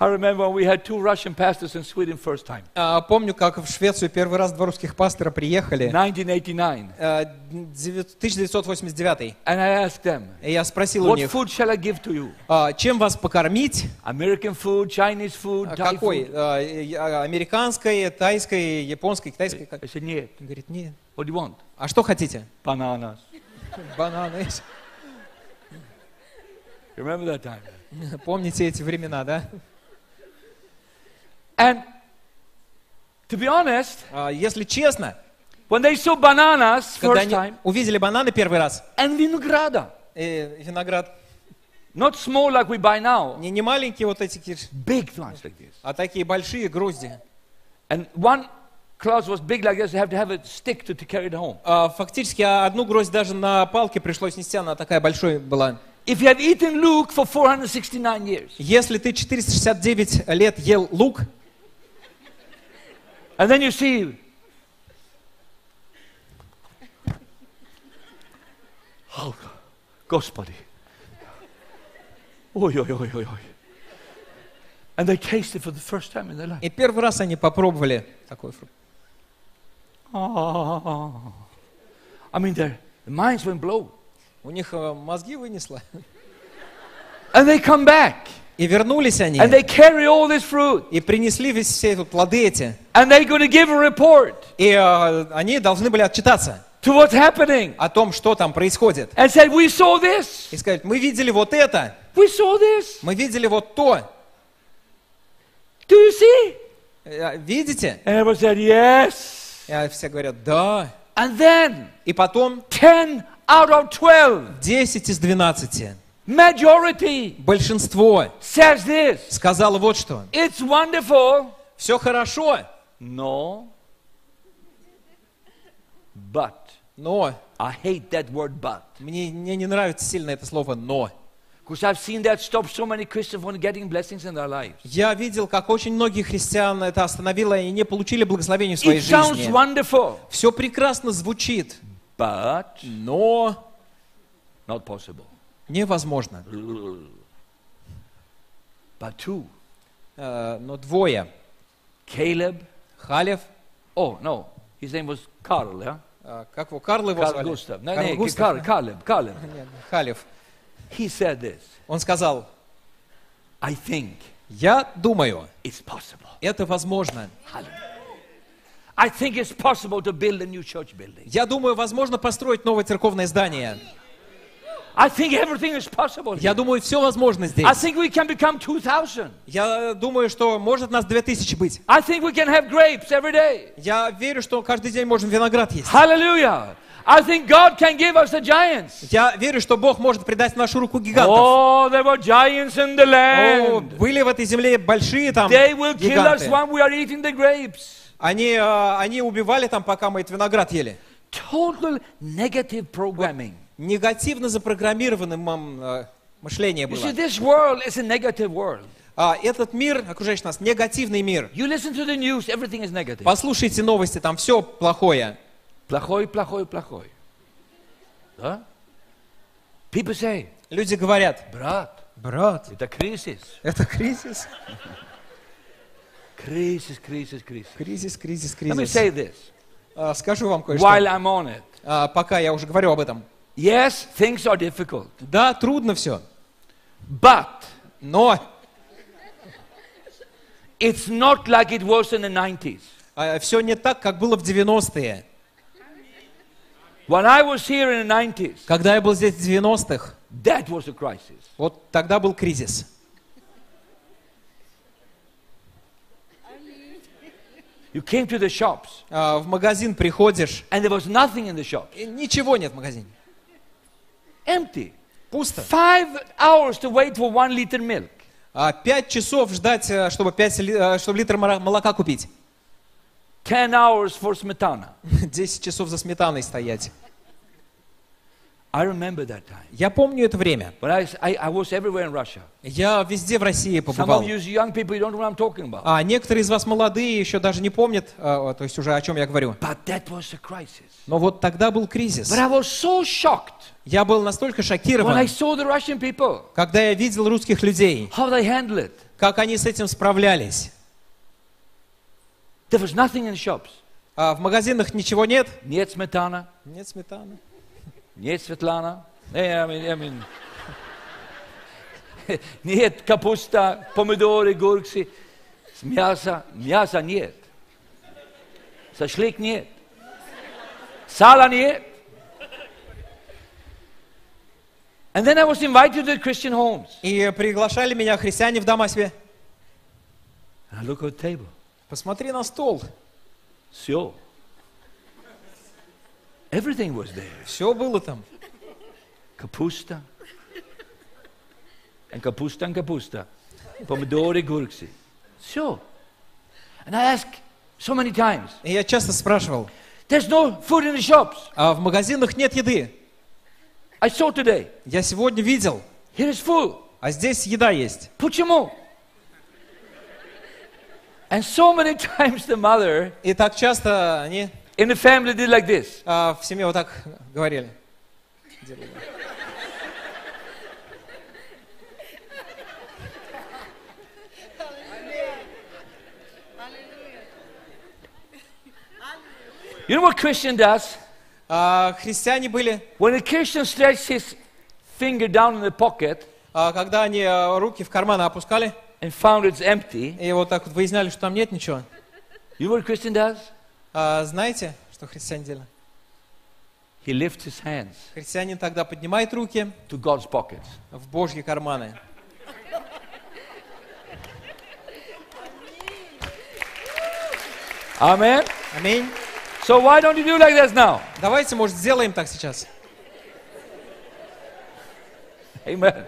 Speaker 1: I remember when we had two Russian pastors in Sweden first time.
Speaker 2: А, Помню, как в Швецию первый раз два русских пастора приехали.
Speaker 1: 1989.
Speaker 2: А, девят- 1989.
Speaker 1: And I asked them,
Speaker 2: И я спросил у
Speaker 1: what
Speaker 2: них,
Speaker 1: food shall I give to you?
Speaker 2: а, чем вас покормить?
Speaker 1: American food, Chinese food,
Speaker 2: А,
Speaker 1: Thai
Speaker 2: Какой?
Speaker 1: food?
Speaker 2: А, и- а, Американской, тайской, японской, китайской? Как-
Speaker 1: I said, нет.
Speaker 2: Он говорит, нет.
Speaker 1: What do you want?
Speaker 2: А что хотите?
Speaker 1: Bananas.
Speaker 2: Бананы.
Speaker 1: You remember that time?
Speaker 2: Помните эти времена, да?
Speaker 1: And to be honest,
Speaker 2: А, Если честно,
Speaker 1: when they saw bananas
Speaker 2: когда
Speaker 1: first
Speaker 2: они
Speaker 1: time
Speaker 2: увидели бананы первый раз,
Speaker 1: and vinograda,
Speaker 2: э, виноград
Speaker 1: not small like we buy now,
Speaker 2: не, не маленькие вот эти, киш,
Speaker 1: big ones like this.
Speaker 2: а такие большие грузди.
Speaker 1: And one cloth was big like this, you have to have a stick to, to carry it home.
Speaker 2: А, Фактически а, одну гроздь даже на палке пришлось нести, она такая большой была.
Speaker 1: If you have eaten Luke for 469 years,
Speaker 2: Если ты 469 лет ел лук,
Speaker 1: and then you see Oh, Господи. Ой, ой, ой, ой, ой. And they tasted for the first time in their life.
Speaker 2: и первый раз они попробовали такой фрукт.
Speaker 1: Oh. I mean, their their minds went blow.
Speaker 2: У них э, мозги вынесло.
Speaker 1: And they come back
Speaker 2: И вернулись они,
Speaker 1: and they carry all this fruit
Speaker 2: и принесли весь- все эти плоды эти.
Speaker 1: and they're going to give a report
Speaker 2: И э, они должны были отчитаться
Speaker 1: to what's happening
Speaker 2: о том, что там происходит.
Speaker 1: and said, We saw this,
Speaker 2: И сказать, мы видели вот это,
Speaker 1: we saw this.
Speaker 2: мы видели вот то.
Speaker 1: Do you see?
Speaker 2: Э, Видите?
Speaker 1: And everyone said, Yes.
Speaker 2: И все говорят, да.
Speaker 1: And then
Speaker 2: И потом
Speaker 1: 10 out of 12,
Speaker 2: 10 из 12,
Speaker 1: majority
Speaker 2: большинство
Speaker 1: says this
Speaker 2: сказало вот что.
Speaker 1: It's wonderful.
Speaker 2: Все хорошо,
Speaker 1: No. But,
Speaker 2: но
Speaker 1: I hate that word but.
Speaker 2: мне, мне не нравится сильно это слово «но».
Speaker 1: Because I've seen that stop so many Christians from getting blessings in their lives.
Speaker 2: Я видел, как очень многие христиан это остановило и не получили благословения в своей
Speaker 1: It sounds
Speaker 2: жизни.
Speaker 1: wonderful,
Speaker 2: Все прекрасно звучит,
Speaker 1: but
Speaker 2: но
Speaker 1: not possible.
Speaker 2: невозможно.
Speaker 1: But two,
Speaker 2: Э, Но двое.
Speaker 1: Caleb,
Speaker 2: Халев,
Speaker 1: oh no, his name was Carl, yeah?
Speaker 2: э, как его, Карл его
Speaker 1: Carl
Speaker 2: звали?
Speaker 1: Gustav. No,
Speaker 2: Карл
Speaker 1: no,
Speaker 2: Густав,
Speaker 1: Carl, Caleb, Caleb.
Speaker 2: Нет, Халев.
Speaker 1: He said this
Speaker 2: Он сказал,
Speaker 1: I think
Speaker 2: я думаю,
Speaker 1: it's possible.
Speaker 2: это возможно.
Speaker 1: Hallelujah. I think it's possible to build a new church building.
Speaker 2: Я думаю, возможно построить новое церковное здание.
Speaker 1: I think everything is possible.
Speaker 2: Я думаю, все возможно
Speaker 1: I
Speaker 2: здесь.
Speaker 1: think we can become 2,000.
Speaker 2: Я думаю, что может нас 2000 быть.
Speaker 1: I think we can have grapes every day.
Speaker 2: Я верю, что каждый день можем виноград есть.
Speaker 1: Hallelujah. I think God can give us the giants.
Speaker 2: Я верю, что Бог может придать в нашу руку гигантов.
Speaker 1: Oh, there were giants in the
Speaker 2: О,
Speaker 1: land.
Speaker 2: были в этой земле большие там
Speaker 1: They will kill us
Speaker 2: гиганты.
Speaker 1: when we are eating the grapes.
Speaker 2: Они, э, они убивали там, пока мы этот виноград ели.
Speaker 1: Total negative programming.
Speaker 2: Негативно запрограммированным мам, э, мышление
Speaker 1: You
Speaker 2: было.
Speaker 1: see, this world is a negative world.
Speaker 2: А, этот мир, окружающий нас, негативный мир.
Speaker 1: You listen to the news, everything is negative.
Speaker 2: Послушайте новости, там все плохое.
Speaker 1: Плохой, плохой, плохой. Да? People say,
Speaker 2: Люди говорят,
Speaker 1: брат,
Speaker 2: брат,
Speaker 1: это кризис.
Speaker 2: это кризис.
Speaker 1: Crisis, crisis, crisis.
Speaker 2: Кризис, кризис,
Speaker 1: Let me
Speaker 2: кризис.
Speaker 1: say this
Speaker 2: А, Скажу вам
Speaker 1: while
Speaker 2: кое-что,
Speaker 1: I'm on it.
Speaker 2: А, пока я уже говорю об этом.
Speaker 1: Yes, things are difficult,
Speaker 2: Да, трудно все,
Speaker 1: but
Speaker 2: но
Speaker 1: it's not like it was in the 90s.
Speaker 2: все а, не так, как было в 90-е.
Speaker 1: When I was here in the 90s,
Speaker 2: Когда я был здесь в 90-х,
Speaker 1: that was a crisis.
Speaker 2: вот тогда был кризис.
Speaker 1: You came to the shops,
Speaker 2: А, В магазин приходишь,
Speaker 1: and there was nothing in the shop.
Speaker 2: и ничего нет в магазине.
Speaker 1: Empty.
Speaker 2: Пусто.
Speaker 1: Five hours to wait for one liter milk.
Speaker 2: А, Пять часов ждать, э, чтобы, пять ли- э, чтобы литр мора- молока купить.
Speaker 1: Ten hours for smetana.
Speaker 2: 10 часов за сметаной стоять.
Speaker 1: I remember that time.
Speaker 2: Я помню это время.
Speaker 1: But I, I, I was everywhere in Russia.
Speaker 2: Я везде в России
Speaker 1: Some of
Speaker 2: побывал.
Speaker 1: you young people, you don't know what I'm talking about.
Speaker 2: А некоторые из вас молодые, еще даже не помнят, а, то есть уже о чем я говорю.
Speaker 1: But that was a crisis.
Speaker 2: Но вот тогда был кризис.
Speaker 1: But I was so shocked
Speaker 2: Я был настолько
Speaker 1: when I
Speaker 2: шокирован,
Speaker 1: saw the Russian people,
Speaker 2: когда я видел русских людей,
Speaker 1: how they handled it.
Speaker 2: как они с этим справлялись.
Speaker 1: There was nothing in shops.
Speaker 2: А в магазинах ничего нет?
Speaker 1: Нет сметана,
Speaker 2: Нет сметаны.
Speaker 1: нет Светлана. Eh, I mean, I mean. нет капуста, помидоры, огурцы, мясо, мяса нет. Шашлык нет. Сала нет. And then I was invited to the Christian homes.
Speaker 2: И приглашали меня христиане в дома себе.
Speaker 1: And I look at the table.
Speaker 2: Посмотри на стол.
Speaker 1: Все. Everything was there.
Speaker 2: Все было там.
Speaker 1: Капуста. And капуста, and капуста. Помидоры, огурцы. Все. And I ask so many times.
Speaker 2: И я часто спрашивал,
Speaker 1: There's no food in the shops.
Speaker 2: а в магазинах нет еды?
Speaker 1: I saw today.
Speaker 2: Я сегодня видел,
Speaker 1: Here is food.
Speaker 2: а здесь еда есть.
Speaker 1: Почему? And so many times the mother
Speaker 2: И так часто они
Speaker 1: in the family did like this.
Speaker 2: а, в семье вот так говорили.
Speaker 1: You know what Christian does?
Speaker 2: А, христиане были,
Speaker 1: When a Christian stretches his finger down in the pocket
Speaker 2: а, когда они а, руки в карманы опускали,
Speaker 1: and found it's empty,
Speaker 2: и вот так вот выясняли, что там нет ничего.
Speaker 1: you know what a Christian does?
Speaker 2: А, знаете, что христиане делали?
Speaker 1: He lifts his hands
Speaker 2: Христианин тогда поднимает руки
Speaker 1: to God's pockets.
Speaker 2: в божьи карманы.
Speaker 1: Amen.
Speaker 2: Аминь.
Speaker 1: So why don't you do like this now?
Speaker 2: Давайте, может, сделаем так сейчас.
Speaker 1: Amen.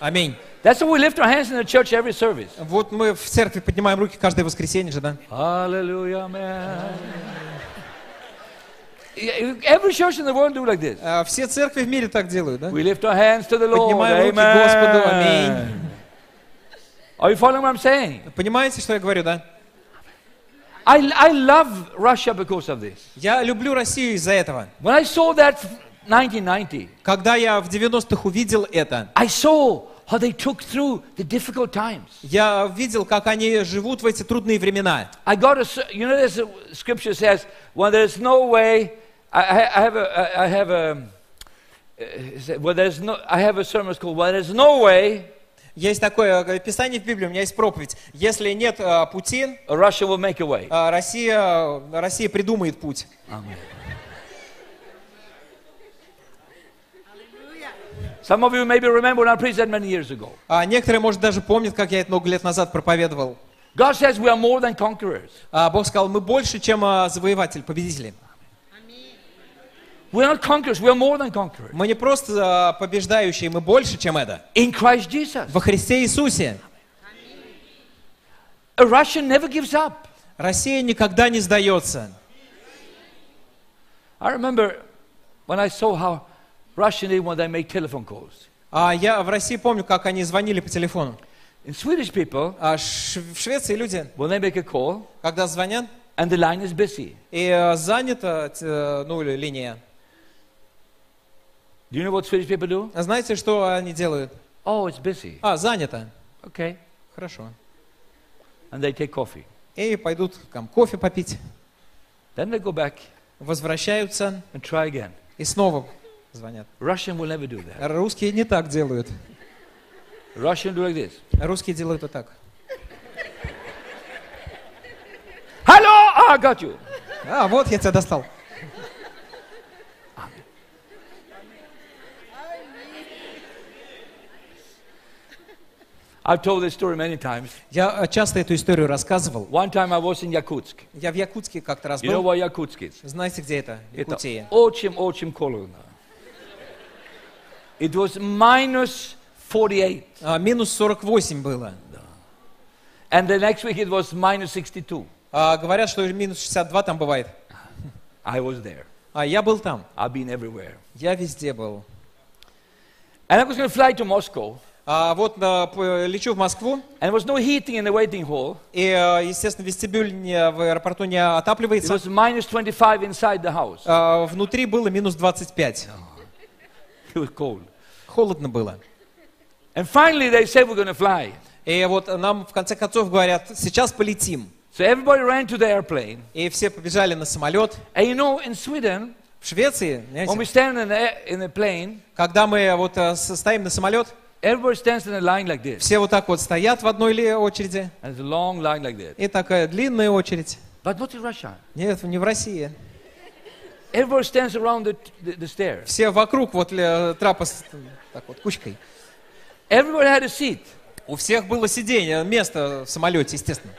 Speaker 2: Аминь.
Speaker 1: That's how we lift our hands in the church every service.
Speaker 2: Вот мы в церкви поднимаем руки каждое воскресенье же, да?
Speaker 1: Hallelujah, amen. Yeah, Every church in the world do like this.
Speaker 2: А, Все церкви в мире так делают, да?
Speaker 1: We lift our hands to the Lord.
Speaker 2: Поднимаем руки Господу, аминь.
Speaker 1: Amen. Are you following what I'm saying?
Speaker 2: Понимаете, что я говорю, да?
Speaker 1: I, I love Russia because of this.
Speaker 2: Я люблю Россию из-за этого.
Speaker 1: When I saw that 1990,
Speaker 2: Когда я в 90-х увидел это,
Speaker 1: I saw how they took through the difficult times.
Speaker 2: я видел, как они живут в эти трудные времена.
Speaker 1: I got a, s- you know, this scripture says, when there's no way, I, I I have a, I I have a, uh, is it- well, there's no, I have a sermon called, when there's no way,
Speaker 2: Есть такое э, писание в Библии, у меня есть проповедь. Если нет э, пути,
Speaker 1: Russia will make a way.
Speaker 2: э, Россия, э, Россия придумает путь.
Speaker 1: Some of you maybe remember when I preached that many years ago.
Speaker 2: А некоторые, может, даже помнят, как я это много лет назад проповедовал.
Speaker 1: God says we are more than conquerors.
Speaker 2: А Бог сказал, мы больше, чем э, завоеватель, победители.
Speaker 1: We're not conquerors, we are more than conquerors.
Speaker 2: Мы не просто э, побеждающие, мы больше, чем это.
Speaker 1: In Christ Jesus.
Speaker 2: Во Христе Иисусе
Speaker 1: A Russian never gives up.
Speaker 2: Россия никогда не сдается.
Speaker 1: I remember when I saw how Russian did when they make telephone calls.
Speaker 2: А я в России помню, как они звонили по телефону.
Speaker 1: And Swedish people,
Speaker 2: А ш- в Швеции люди,
Speaker 1: when they make a call
Speaker 2: когда звонят,
Speaker 1: and the line is busy,
Speaker 2: и э, занята э, ну, ли- линия,
Speaker 1: do you know what Swedish people do?
Speaker 2: а знаете, что они делают?
Speaker 1: Oh, it's busy.
Speaker 2: А, занято.
Speaker 1: Okay.
Speaker 2: Хорошо.
Speaker 1: And they take coffee.
Speaker 2: и пойдут там кофе попить,
Speaker 1: Then they go back
Speaker 2: возвращаются
Speaker 1: and try again.
Speaker 2: и снова звонят.
Speaker 1: Russian will never do that.
Speaker 2: Русские не так делают.
Speaker 1: Russian do like this.
Speaker 2: Русские делают вот так.
Speaker 1: Hello, I got you.
Speaker 2: А, вот я тебя достал.
Speaker 1: I've told this story many times.
Speaker 2: Я э, часто эту историю рассказывал.
Speaker 1: One time I was in Yakutsk.
Speaker 2: Я в Якутске как-то раз
Speaker 1: You know
Speaker 2: был.
Speaker 1: where Yakutsk is?
Speaker 2: Знаете, где это?
Speaker 1: Это
Speaker 2: Якутия.
Speaker 1: очень, очень холодно. It was minus 48.
Speaker 2: А, минус 48 было.
Speaker 1: And the next week it was minus 62.
Speaker 2: А, говорят, что минус 62 там бывает.
Speaker 1: I was there.
Speaker 2: А я был там.
Speaker 1: I've been everywhere.
Speaker 2: Я везде был.
Speaker 1: And I was going to fly to Moscow.
Speaker 2: А вот на- п- лечу в Москву,
Speaker 1: And there was no heating in the waiting hall.
Speaker 2: и, э, естественно, вестибюль не- в аэропорту не
Speaker 1: It
Speaker 2: отапливается.
Speaker 1: was minus 25 inside the house.
Speaker 2: А, внутри было минус 25.
Speaker 1: It was cold.
Speaker 2: Холодно было.
Speaker 1: And finally they said we're going to fly.
Speaker 2: И вот нам в конце концов говорят, сейчас полетим.
Speaker 1: So everybody ran to the airplane.
Speaker 2: И все побежали на самолет.
Speaker 1: And you know, in Sweden,
Speaker 2: В Швеции, знаете,
Speaker 1: when we stand in the, in the plane,
Speaker 2: когда мы вот э, с- стоим на самолет,
Speaker 1: everybody stands in a line like this.
Speaker 2: все вот так вот стоят в одной ли очереди.
Speaker 1: And it's a long line like that.
Speaker 2: И такая длинная очередь.
Speaker 1: But not in Russia.
Speaker 2: Нет, не в России.
Speaker 1: Everybody stands around the, the, the stairs.
Speaker 2: Все вокруг вот э, трапа с- так вот кучкой.
Speaker 1: Everybody had a seat.
Speaker 2: У всех было сиденье, место в самолете, естественно.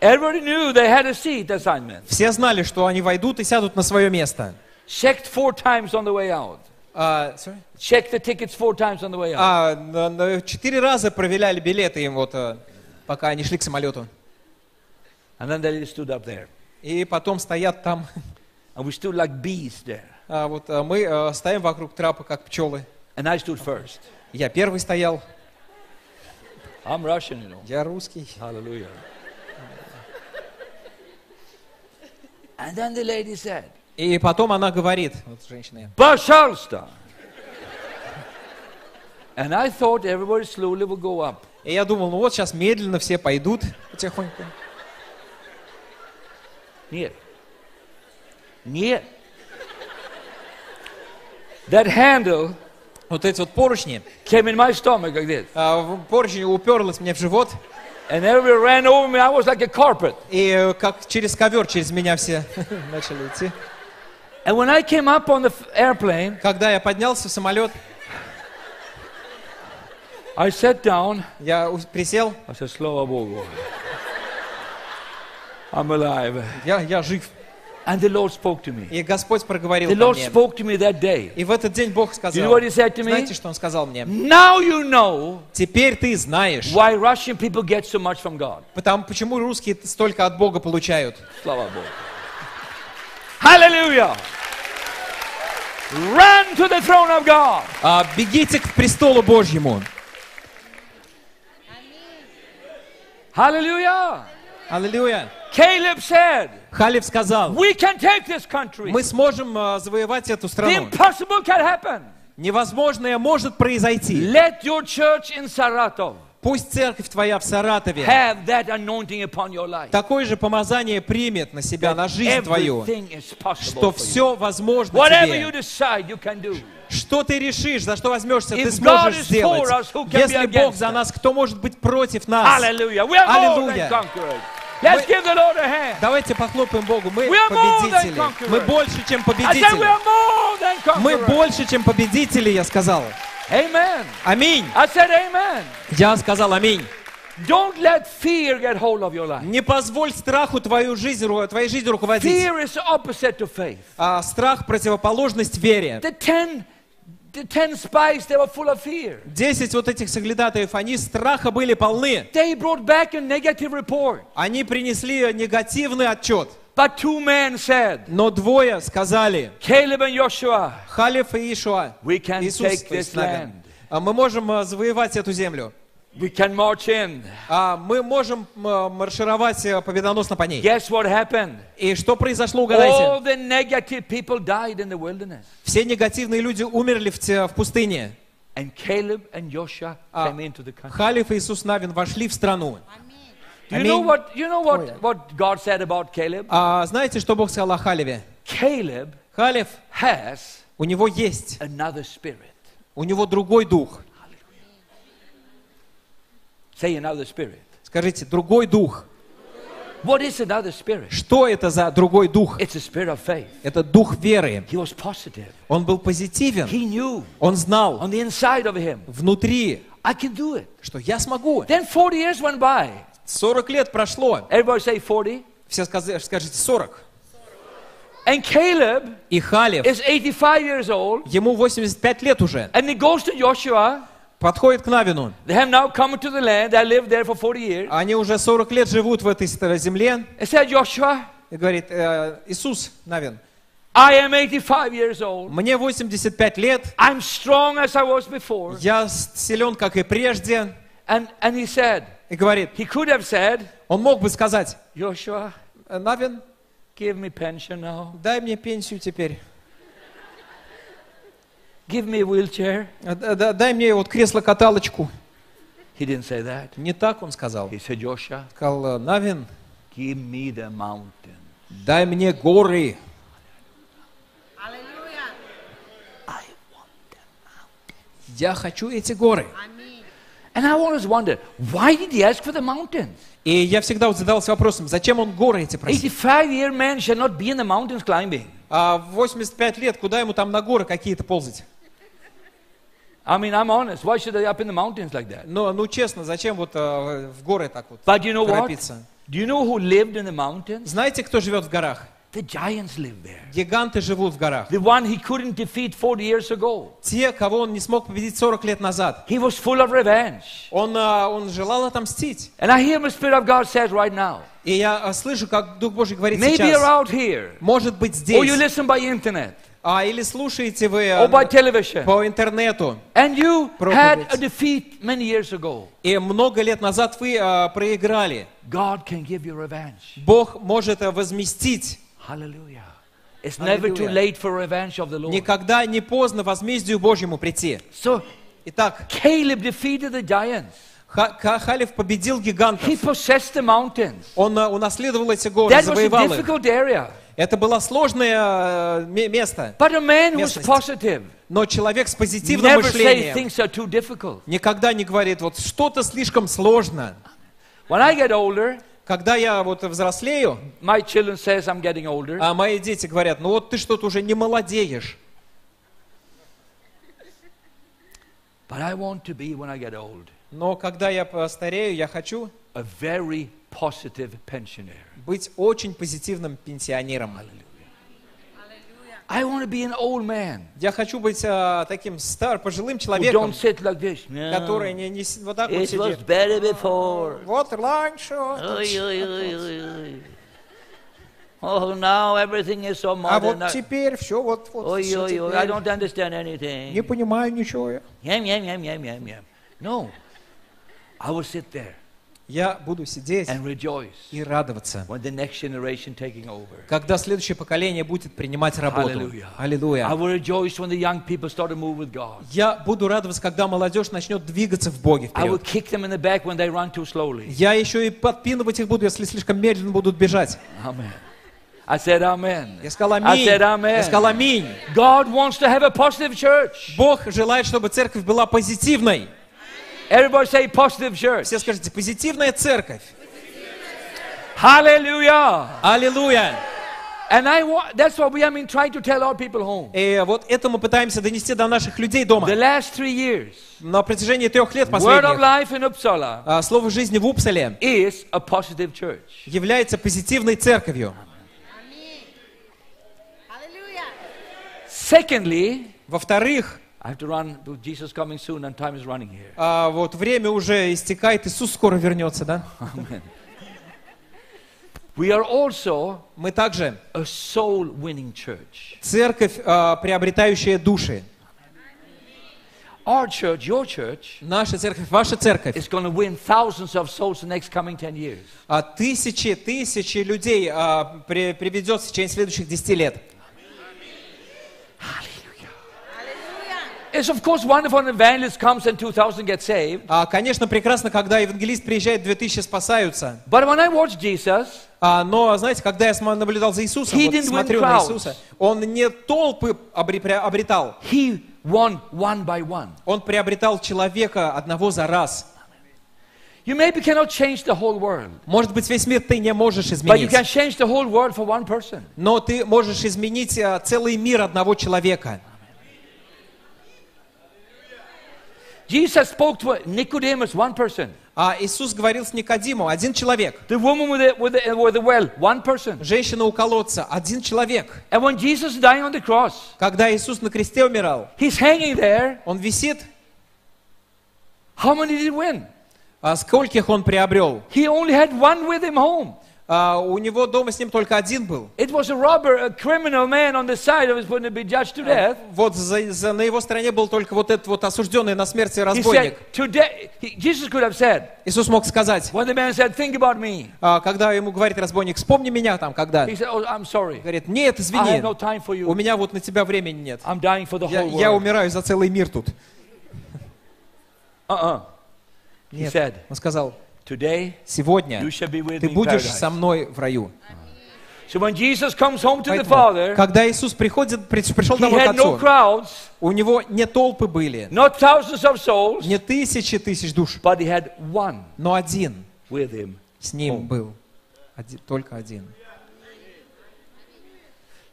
Speaker 1: Everybody knew they had a seat assignment.
Speaker 2: Все знали, что они войдут и сядут на свое место.
Speaker 1: Checked four times on the way out.
Speaker 2: А, sorry?
Speaker 1: Checked the tickets four times on the way out.
Speaker 2: А, на- на- четыре раза проверяли билеты им вот, э, пока они шли к самолету.
Speaker 1: And then they stood up there.
Speaker 2: И потом стоят там.
Speaker 1: And we stood like bees there.
Speaker 2: А вот э, мы э, стоим вокруг трапа, как пчелы.
Speaker 1: And I stood first.
Speaker 2: Я первый стоял,
Speaker 1: I'm Russian, you know.
Speaker 2: я русский.
Speaker 1: Hallelujah. and then the lady said,
Speaker 2: И потом она говорит, вот женщина,
Speaker 1: Bashalsta. and I thought everybody slowly would go up.
Speaker 2: И я думал, ну вот сейчас медленно все пойдут потихоньку.
Speaker 1: Нет. Нет. That handle
Speaker 2: Вот эти вот поручни.
Speaker 1: came in my stomach like this.
Speaker 2: А, в- поручни уперлось мне в живот.
Speaker 1: And everybody ran over me. I was like a carpet.
Speaker 2: И э, как через ковер через меня все начали идти.
Speaker 1: And when I came up on the f- airplane,
Speaker 2: Когда я поднялся в самолет,
Speaker 1: I sat down.
Speaker 2: я у- присел.
Speaker 1: I said, Slava Bogu. I'm alive.
Speaker 2: Я, я жив.
Speaker 1: And the Lord spoke to me.
Speaker 2: И Господь проговорил
Speaker 1: The
Speaker 2: ко
Speaker 1: Lord
Speaker 2: мне.
Speaker 1: spoke to me that day.
Speaker 2: И в этот день Бог
Speaker 1: You know
Speaker 2: сказал,
Speaker 1: what he said to me?
Speaker 2: знаете, что Он сказал мне?
Speaker 1: Now you know
Speaker 2: Теперь ты знаешь,
Speaker 1: why Russian people get so much from God.
Speaker 2: потому почему русские столько от Бога получают.
Speaker 1: Slava Bogu. Hallelujah. Run to the throne of God.
Speaker 2: А, бегите к престолу Божьему.
Speaker 1: Hallelujah.
Speaker 2: Аллилуйя.
Speaker 1: Caleb said,
Speaker 2: Халиф сказал,
Speaker 1: We can take this country.
Speaker 2: мы сможем а, завоевать эту
Speaker 1: The
Speaker 2: страну.
Speaker 1: impossible can happen.
Speaker 2: Невозможное может произойти.
Speaker 1: Let your church in Saratov
Speaker 2: Пусть церковь твоя в Саратове
Speaker 1: have that anointing upon your life.
Speaker 2: такое же помазание примет на себя, на жизнь твою,
Speaker 1: Everything is
Speaker 2: что
Speaker 1: possible. For you.
Speaker 2: все возможно
Speaker 1: Whatever you
Speaker 2: тебе.
Speaker 1: decide, you can do.
Speaker 2: Что ты решишь, за что возьмешься,
Speaker 1: If
Speaker 2: ты
Speaker 1: God is
Speaker 2: сможешь
Speaker 1: for
Speaker 2: сделать.
Speaker 1: us, who can be
Speaker 2: Если Бог
Speaker 1: against
Speaker 2: за
Speaker 1: us?
Speaker 2: нас, кто может быть против нас?
Speaker 1: Hallelujah. We are more
Speaker 2: Hallelujah.
Speaker 1: than conquerors. Let's
Speaker 2: We-
Speaker 1: give the Lord a hand.
Speaker 2: Давайте похлопаем Богу. Мы
Speaker 1: We are more than
Speaker 2: победители.
Speaker 1: conquerors.
Speaker 2: Мы больше,
Speaker 1: I said
Speaker 2: чем
Speaker 1: we
Speaker 2: победители.
Speaker 1: are more than
Speaker 2: Мы
Speaker 1: conquerors.
Speaker 2: больше, чем победители, я сказал.
Speaker 1: Amen.
Speaker 2: Аминь.
Speaker 1: I said amen.
Speaker 2: Я сказал аминь.
Speaker 1: Don't let fear get hold of your life.
Speaker 2: Не позволь страху твою жизнь, ру- твоей жизнью руководить.
Speaker 1: Fear is opposite to faith.
Speaker 2: А страх – противоположность вере.
Speaker 1: The ten, the ten spies, they were full of fear.
Speaker 2: Десять вот этих соглядатаев, они страха были полны.
Speaker 1: They brought back a negative report.
Speaker 2: Они принесли негативный отчет.
Speaker 1: But two men said,
Speaker 2: Но двое сказали,
Speaker 1: Caleb and Joshua,
Speaker 2: Халиф и Иешуа,
Speaker 1: We can
Speaker 2: Иисус,
Speaker 1: take
Speaker 2: то есть
Speaker 1: this
Speaker 2: с нами,
Speaker 1: land.
Speaker 2: «А мы можем а, завоевать эту землю.
Speaker 1: we can march in.
Speaker 2: А мы можем а, маршировать а, победоносно по ней.
Speaker 1: Guess what happened?
Speaker 2: И что произошло,
Speaker 1: All
Speaker 2: угадайте?
Speaker 1: the negative people died in the wilderness.
Speaker 2: Все негативные люди умерли в, те- в пустыне.
Speaker 1: And Caleb and Joshua
Speaker 2: Ah.
Speaker 1: came into the country.
Speaker 2: Халиф и Иисус Навин вошли в страну.
Speaker 1: You know
Speaker 2: Аминь.
Speaker 1: what, you know
Speaker 2: Oh, yeah.
Speaker 1: what, what God said about Caleb?
Speaker 2: А знаете, что Бог сказал о Халеве?
Speaker 1: Caleb
Speaker 2: Халев,
Speaker 1: has
Speaker 2: у него есть,
Speaker 1: another spirit.
Speaker 2: у него другой дух.
Speaker 1: Say another spirit.
Speaker 2: Скажите, другой дух.
Speaker 1: What is another spirit?
Speaker 2: Что это за другой дух?
Speaker 1: It's a spirit of faith.
Speaker 2: Это дух веры.
Speaker 1: He was positive.
Speaker 2: Он был позитивен.
Speaker 1: He knew
Speaker 2: Он знал
Speaker 1: on the inside of him,
Speaker 2: внутри,
Speaker 1: I can do it.
Speaker 2: что я смогу.
Speaker 1: Then 40 years went by.
Speaker 2: 40 лет прошло.
Speaker 1: Everybody say 40.
Speaker 2: Все сказ- скажите 40.
Speaker 1: And Caleb
Speaker 2: И Халев,
Speaker 1: is 85 years old.
Speaker 2: ему 85 лет уже,
Speaker 1: And he goes to Joshua.
Speaker 2: подходит к Навину.
Speaker 1: They have now come to the land. They lived there for 40 years.
Speaker 2: Они уже 40 лет живут в этой старой земле.
Speaker 1: And said, Joshua,
Speaker 2: И говорит, «Э, Иисус, Навин,
Speaker 1: I am 85 years old.
Speaker 2: мне 85 лет,
Speaker 1: I'm strong as I was before.
Speaker 2: я с- силен, как и прежде.
Speaker 1: And, and he said,
Speaker 2: И говорит,
Speaker 1: he could have said,
Speaker 2: он мог бы сказать,
Speaker 1: Joshua,
Speaker 2: «Э, Навин,
Speaker 1: give me pension now.
Speaker 2: дай мне пенсию теперь,
Speaker 1: Give me a wheelchair.
Speaker 2: Э, да- да- дай мне вот кресло-каталочку.
Speaker 1: He didn't say that.
Speaker 2: Не так он сказал.
Speaker 1: He said, Joshua,
Speaker 2: Сказал, Навин,
Speaker 1: give me the mountain.
Speaker 2: дай мне горы.
Speaker 1: I want.
Speaker 2: Я хочу эти горы.
Speaker 1: And I always wondered, why did he ask for the mountains?
Speaker 2: И я всегда вот задавался вопросом, зачем он горы эти просил?
Speaker 1: 85 year man shall not be in the mountains climbing.
Speaker 2: А в 85 лет, куда ему там на горы какие-то ползать?
Speaker 1: I mean, I'm honest. Why should I up in the mountains like that?
Speaker 2: Ну, ну честно, зачем вот э, в горы так вот
Speaker 1: But you know what?
Speaker 2: торопиться?
Speaker 1: Do you know who lived in the mountains?
Speaker 2: Знаете, кто живет в горах?
Speaker 1: The giants lived there.
Speaker 2: Гиганты живут в горах.
Speaker 1: The one he couldn't defeat 40 years ago.
Speaker 2: Те, кого он не смог победить 40 лет назад.
Speaker 1: He was full of revenge.
Speaker 2: Он, э, он желал отомстить.
Speaker 1: And I hear the Spirit of God says right now,
Speaker 2: И я э, слышу, как Дух Божий говорит
Speaker 1: maybe you're
Speaker 2: сейчас.
Speaker 1: out here,
Speaker 2: Может быть
Speaker 1: or you
Speaker 2: здесь.
Speaker 1: listen by internet,
Speaker 2: А, или слушаете вы э,
Speaker 1: or by
Speaker 2: на-
Speaker 1: television,
Speaker 2: по интернету.
Speaker 1: and you had
Speaker 2: Prophets.
Speaker 1: a defeat many years ago.
Speaker 2: И много лет назад вы э, проиграли.
Speaker 1: God can give you revenge.
Speaker 2: Бог может э, возместить.
Speaker 1: Hallelujah. It's never too
Speaker 2: Hallelujah.
Speaker 1: late for revenge of the Lord.
Speaker 2: Никогда не поздно возмездию Божьему прийти.
Speaker 1: So
Speaker 2: Итак,
Speaker 1: Caleb defeated the giants.
Speaker 2: Ха- Ка- Халев победил гигантов.
Speaker 1: He possessed the mountains.
Speaker 2: Он э, унаследовал эти горы,
Speaker 1: That was a
Speaker 2: завоевал их.
Speaker 1: difficult area.
Speaker 2: Это было сложное э, ме- место.
Speaker 1: But a man who's
Speaker 2: Местность.
Speaker 1: positive
Speaker 2: Но человек с позитивным
Speaker 1: never say
Speaker 2: мышлением
Speaker 1: things are too difficult.
Speaker 2: никогда не говорит, вот что-то слишком сложно.
Speaker 1: When I get older,
Speaker 2: Когда я вот взрослею,
Speaker 1: my children says I'm getting older.
Speaker 2: а мои дети говорят, ну вот ты что-то уже не молодеешь.
Speaker 1: But I want to be when I get old
Speaker 2: Но когда я постарею, я хочу
Speaker 1: a very positive pensioner.
Speaker 2: быть очень позитивным пенсионером.
Speaker 1: I want to be an old man
Speaker 2: Я хочу быть э, таким стар, пожилым
Speaker 1: who
Speaker 2: человеком,
Speaker 1: don't sit like this. No,
Speaker 2: который не, не с- вот так вот
Speaker 1: it was
Speaker 2: сидит.
Speaker 1: better before.
Speaker 2: Вот раньше.
Speaker 1: Ой, ой, ой, ой, ой. Oh, now everything is so
Speaker 2: А
Speaker 1: modern.
Speaker 2: вот теперь все вот, вот
Speaker 1: Ой,
Speaker 2: всё
Speaker 1: ой, ой,
Speaker 2: теперь.
Speaker 1: I don't understand
Speaker 2: Не
Speaker 1: anything.
Speaker 2: понимаю ничего. я.
Speaker 1: Yam, yam, yam, yam, yam, yam. No. I will sit there
Speaker 2: Я буду сидеть
Speaker 1: and rejoice
Speaker 2: и радоваться,
Speaker 1: when the next generation taking over.
Speaker 2: когда следующее поколение будет принимать работу.
Speaker 1: Hallelujah. I
Speaker 2: Аллилуйя.
Speaker 1: will rejoice when the young people start to move with God.
Speaker 2: Я буду радоваться, когда молодежь начнет двигаться в Боге
Speaker 1: I will
Speaker 2: вперед.
Speaker 1: kick them in the back when they run too slowly.
Speaker 2: Я еще и подпинывать их буду, если слишком медленно будут бежать.
Speaker 1: Amen. I said amen.
Speaker 2: Я сказал
Speaker 1: I
Speaker 2: аминь.
Speaker 1: said
Speaker 2: Я сказал
Speaker 1: amen.
Speaker 2: аминь.
Speaker 1: God wants to have a positive church.
Speaker 2: Бог желает, чтобы церковь была позитивной.
Speaker 1: Everybody say positive church.
Speaker 2: Все скажите, позитивная церковь.
Speaker 1: Hallelujah.
Speaker 2: Аллилуйя.
Speaker 1: And I want, that's what we have been trying to tell our people home.
Speaker 2: И вот это мы пытаемся донести до наших людей дома.
Speaker 1: The last three years,
Speaker 2: На протяжении трех лет
Speaker 1: Word of
Speaker 2: последних
Speaker 1: Life in Uppsala
Speaker 2: а, слово жизни в Упсале
Speaker 1: is a positive church.
Speaker 2: является позитивной церковью.
Speaker 3: Amén. Aleluya.
Speaker 1: Secondly,
Speaker 2: Во-вторых,
Speaker 1: I have to run. Jesus is coming soon, and time is running here.
Speaker 2: а, вот время уже истекает, Иисус скоро вернется, да?
Speaker 1: We are also
Speaker 2: Мы также
Speaker 1: a soul-winning church.
Speaker 2: церковь, а, приобретающая души.
Speaker 1: Our church, your church,
Speaker 2: Наша церковь, ваша церковь,
Speaker 1: is going to win thousands of souls in the next coming ten years.
Speaker 2: а, тысячи, тысячи людей а, при- приведет в течение следующих 10 лет.
Speaker 1: Hallelujah.
Speaker 3: Aleluya.
Speaker 1: It's of course wonderful when an evangelist comes and 2,000 get saved.
Speaker 2: А, конечно, прекрасно, когда евангелист приезжает, 2000 спасаются.
Speaker 1: But when I watch Jesus,
Speaker 2: А, но, знаете, когда я сма- наблюдал за Иисусом,
Speaker 1: He
Speaker 2: вот
Speaker 1: didn't win
Speaker 2: смотрю на
Speaker 1: crowds.
Speaker 2: Иисуса, он не толпы обре- пре- обретал,
Speaker 1: he won one by one.
Speaker 2: он приобретал человека одного за раз.
Speaker 1: You maybe cannot change the whole world,
Speaker 2: Может быть, весь мир ты не можешь
Speaker 1: but you
Speaker 2: изменить,
Speaker 1: can change the whole world for one person.
Speaker 2: но ты можешь изменить а, целый мир одного человека.
Speaker 1: Jesus spoke to Nicodemus, one person.
Speaker 2: А Иисус говорил с Никодимом, один человек.
Speaker 1: The woman with the, with the, with the well, one person.
Speaker 2: Женщина у колодца, один человек.
Speaker 1: And when Jesus is dying on the cross,
Speaker 2: Когда Иисус на кресте умирал,
Speaker 1: he's hanging there.
Speaker 2: он висит,
Speaker 1: How many did he win?
Speaker 2: а скольких он приобрел?
Speaker 1: He only had one with him home.
Speaker 2: А, у него дома с ним только один был.
Speaker 1: It was a robber, a criminal man on the side who was going to be judged to death.
Speaker 2: Вот за- за- на его стороне был только вот этот вот осужденный на смерти
Speaker 1: He
Speaker 2: разбойник.
Speaker 1: said, Today, he- Jesus could have said,
Speaker 2: Иисус мог сказать,
Speaker 1: when the man said, Think about me,
Speaker 2: а, когда ему говорит разбойник, вспомни меня там, когда.
Speaker 1: he said, Oh, I'm sorry.
Speaker 2: Говорит, нет,
Speaker 1: I
Speaker 2: извини,
Speaker 1: have no time for
Speaker 2: у
Speaker 1: you. Oh,
Speaker 2: меня вот на тебя времени нет.
Speaker 1: I'm dying for the
Speaker 2: Я,
Speaker 1: whole
Speaker 2: я
Speaker 1: world.
Speaker 2: умираю за целый мир тут.
Speaker 1: Uh uh. He
Speaker 2: Нет.
Speaker 1: said,
Speaker 2: Он сказал,
Speaker 1: Today you
Speaker 2: сегодня
Speaker 1: shall be with
Speaker 2: ты
Speaker 1: me. in
Speaker 2: будешь
Speaker 1: paradise."
Speaker 2: со мной в раю.
Speaker 1: So when Jesus comes home to the
Speaker 2: Поэтому,
Speaker 1: Father,
Speaker 2: когда Иисус приходит, при- пришел
Speaker 1: he
Speaker 2: домой к
Speaker 1: had no
Speaker 2: Отцу,
Speaker 1: crowds,
Speaker 2: у него не толпы были,
Speaker 1: not thousands of souls,
Speaker 2: не тысячи тысяч душ,
Speaker 1: but he had one
Speaker 2: но один
Speaker 1: with him.
Speaker 2: с
Speaker 1: Oh.
Speaker 2: ним был. Один- только один.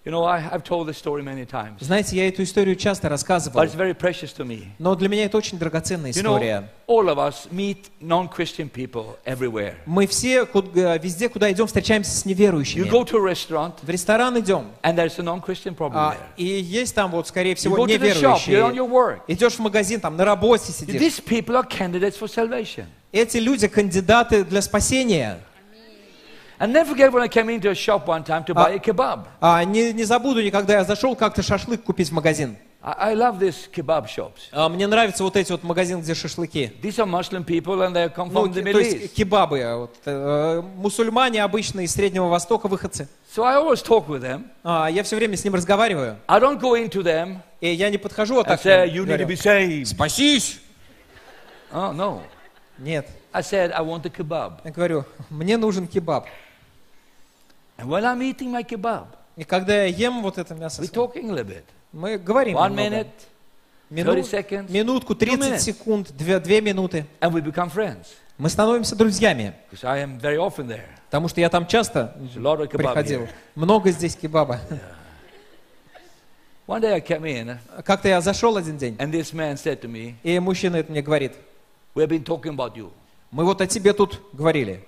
Speaker 1: You know, I, I've told this story many times,
Speaker 2: Знаете, я эту историю часто
Speaker 1: but
Speaker 2: рассказывал,
Speaker 1: it's very precious to me.
Speaker 2: но для меня это очень драгоценная
Speaker 1: You know,
Speaker 2: история.
Speaker 1: all of us meet non-Christian people everywhere.
Speaker 2: Мы все, куд- э, везде, куда идем, встречаемся с
Speaker 1: You
Speaker 2: неверующими.
Speaker 1: go to a restaurant,
Speaker 2: В ресторан идем,
Speaker 1: and there's a non-Christian problem
Speaker 2: а,
Speaker 1: there.
Speaker 2: и есть там вот, скорее
Speaker 1: You go
Speaker 2: всего,
Speaker 1: to the shop, you're on
Speaker 2: неверующие.
Speaker 1: your work.
Speaker 2: Идешь в магазин, там на работе сидишь.
Speaker 1: These people are candidates for salvation.
Speaker 2: Эти люди кандидаты для спасения.
Speaker 1: And never forget when I came into a shop one time to buy a kebab.
Speaker 2: А, не, не забуду никогда, я зашел как-то шашлык купить в магазин.
Speaker 1: I, I love these kebab shops.
Speaker 2: А, Мне нравятся вот эти вот магазины, где шашлыки.
Speaker 1: These are Muslim people and they come
Speaker 2: Ну,
Speaker 1: from the
Speaker 2: ки- то
Speaker 1: Middle
Speaker 2: есть
Speaker 1: East.
Speaker 2: кебабы, а, вот, э, мусульмане обычно из Среднего Востока выходцы.
Speaker 1: So I always talk with them.
Speaker 2: А, я все время с ним разговариваю,
Speaker 1: I don't go into them
Speaker 2: и я не подхожу вот
Speaker 1: and
Speaker 2: так.
Speaker 1: say,
Speaker 2: к
Speaker 1: you
Speaker 2: ним,
Speaker 1: need to
Speaker 2: говорю,
Speaker 1: be saved.
Speaker 2: Спасись!
Speaker 1: Oh, no.
Speaker 2: Нет,
Speaker 1: I said, I want a kebab.
Speaker 2: я говорю, мне нужен кебаб.
Speaker 1: And when I'm eating my kebab,
Speaker 2: И когда я ем вот это мясо,
Speaker 1: we're talking a little bit.
Speaker 2: мы говорим
Speaker 1: One
Speaker 2: немного.
Speaker 1: minute,
Speaker 2: Мину-
Speaker 1: 30 seconds,
Speaker 2: минутку,
Speaker 1: two
Speaker 2: 30
Speaker 1: minutes.
Speaker 2: секунд, 2, 2 минуты.
Speaker 1: and we become friends.
Speaker 2: Мы становимся друзьями,
Speaker 1: Because I am very often there.
Speaker 2: потому что я там часто
Speaker 1: There's a lot of kebab
Speaker 2: приходил.
Speaker 1: here.
Speaker 2: Много здесь кебаба.
Speaker 1: One day I came in,
Speaker 2: Как-то я зашел один день,
Speaker 1: and this man said to me,
Speaker 2: и мужчина это мне говорит,
Speaker 1: We have been talking about you.
Speaker 2: мы вот о тебе тут говорили.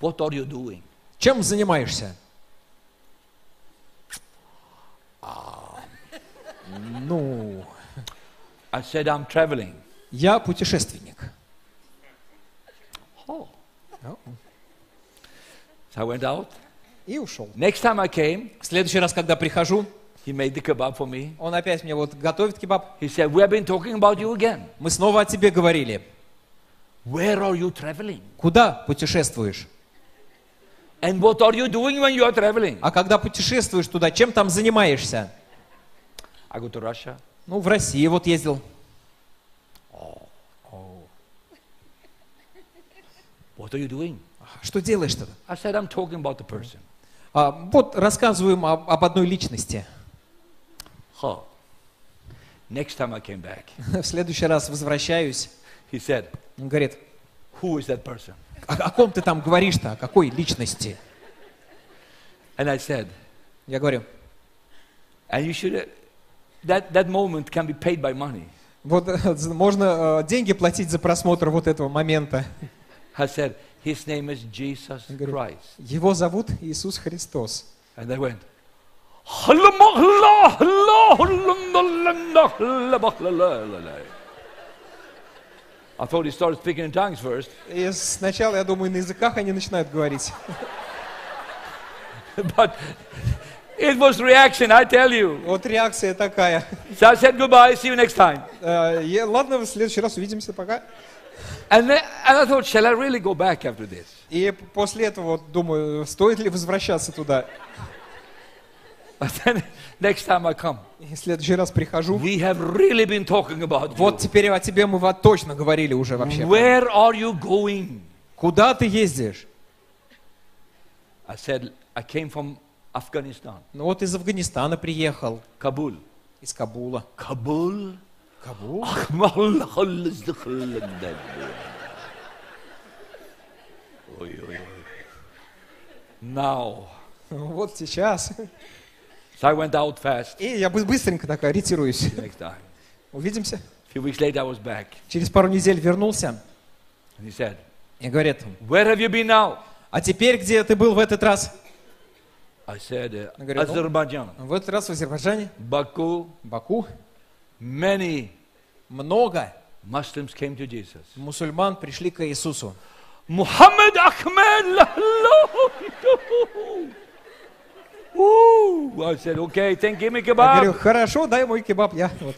Speaker 1: What are you doing?
Speaker 2: Чем занимаешься? А, Ну,
Speaker 1: I said, I'm traveling.
Speaker 2: я путешественник.
Speaker 1: Oh.
Speaker 2: Ну,
Speaker 1: So I went out.
Speaker 2: И ушел.
Speaker 1: Next time I came,
Speaker 2: В следующий раз, когда прихожу,
Speaker 1: he made the kebab for me.
Speaker 2: он опять мне вот готовит кебаб.
Speaker 1: He said, We have been talking about you again.
Speaker 2: Мы снова о тебе говорили.
Speaker 1: Where are you traveling?
Speaker 2: Куда путешествуешь?
Speaker 1: And what are you doing when you are traveling?
Speaker 2: А когда путешествуешь туда, чем там занимаешься?
Speaker 1: I go to Russia.
Speaker 2: Ну, в России вот ездил.
Speaker 1: What are you doing?
Speaker 2: Что делаешь то
Speaker 1: I said, I'm talking about the person.
Speaker 2: вот рассказываем об, об одной личности.
Speaker 1: Huh. Next time I came back,
Speaker 2: В следующий раз возвращаюсь.
Speaker 1: he said,
Speaker 2: Он говорит,
Speaker 1: Who is that person?
Speaker 2: о, о ком ты там говоришь-то? О какой личности?
Speaker 1: And I said,
Speaker 2: Я говорю,
Speaker 1: And you should, uh, that, that moment can be paid by money.
Speaker 2: вот э, з- можно э, деньги платить за просмотр вот этого момента.
Speaker 1: I said, His name is Jesus
Speaker 2: Good.
Speaker 1: Christ.
Speaker 2: Его зовут Иисус Христос.
Speaker 1: And they went, I thought he started speaking in tongues first,
Speaker 2: И сначала, я думаю, на языках они начинают говорить.
Speaker 1: but it was reaction, I tell you.
Speaker 2: Вот реакция такая.
Speaker 1: So I said goodbye, see you next time.
Speaker 2: Э, я- Ладно, в следующий раз увидимся, пока.
Speaker 1: And, then, and I thought, shall I really go back after this?
Speaker 2: И после этого вот думаю, стоит ли возвращаться туда.
Speaker 1: But then next time I come,
Speaker 2: И в следующий раз прихожу.
Speaker 1: we have really been talking about
Speaker 2: Вот
Speaker 1: you.
Speaker 2: теперь о тебе мы вот точно говорили уже вообще.
Speaker 1: Where are you going?
Speaker 2: Куда ты ездишь?
Speaker 1: I said, I came from Afghanistan,
Speaker 2: Ну вот из Афганистана приехал,
Speaker 1: Kabul.
Speaker 2: из Кабула.
Speaker 1: Kabul?
Speaker 2: Кабул?
Speaker 1: Now.
Speaker 2: Ну, Вот сейчас.
Speaker 1: So I went out fast
Speaker 2: И я бы- быстренько такая ретируюсь.
Speaker 1: the next time.
Speaker 2: Увидимся.
Speaker 1: A few weeks later, I was back.
Speaker 2: Через пару недель вернулся.
Speaker 1: And he said,
Speaker 2: И говорит,
Speaker 1: Where have you been now?
Speaker 2: а теперь где ты был в этот раз?
Speaker 1: I said, uh,
Speaker 2: I got it.
Speaker 1: Azerbaijan,
Speaker 2: В этот раз в Азербайджане,
Speaker 1: Baku.
Speaker 2: Баку.
Speaker 1: Many
Speaker 2: Много
Speaker 1: Muslims came to Jesus.
Speaker 2: мусульман пришли к Иисусу.
Speaker 1: Muhammad Ahmed alone. Ooh, I said, okay, then give me
Speaker 2: Я говорю,
Speaker 1: kebab.
Speaker 2: хорошо, дай мой кебаб, я вот.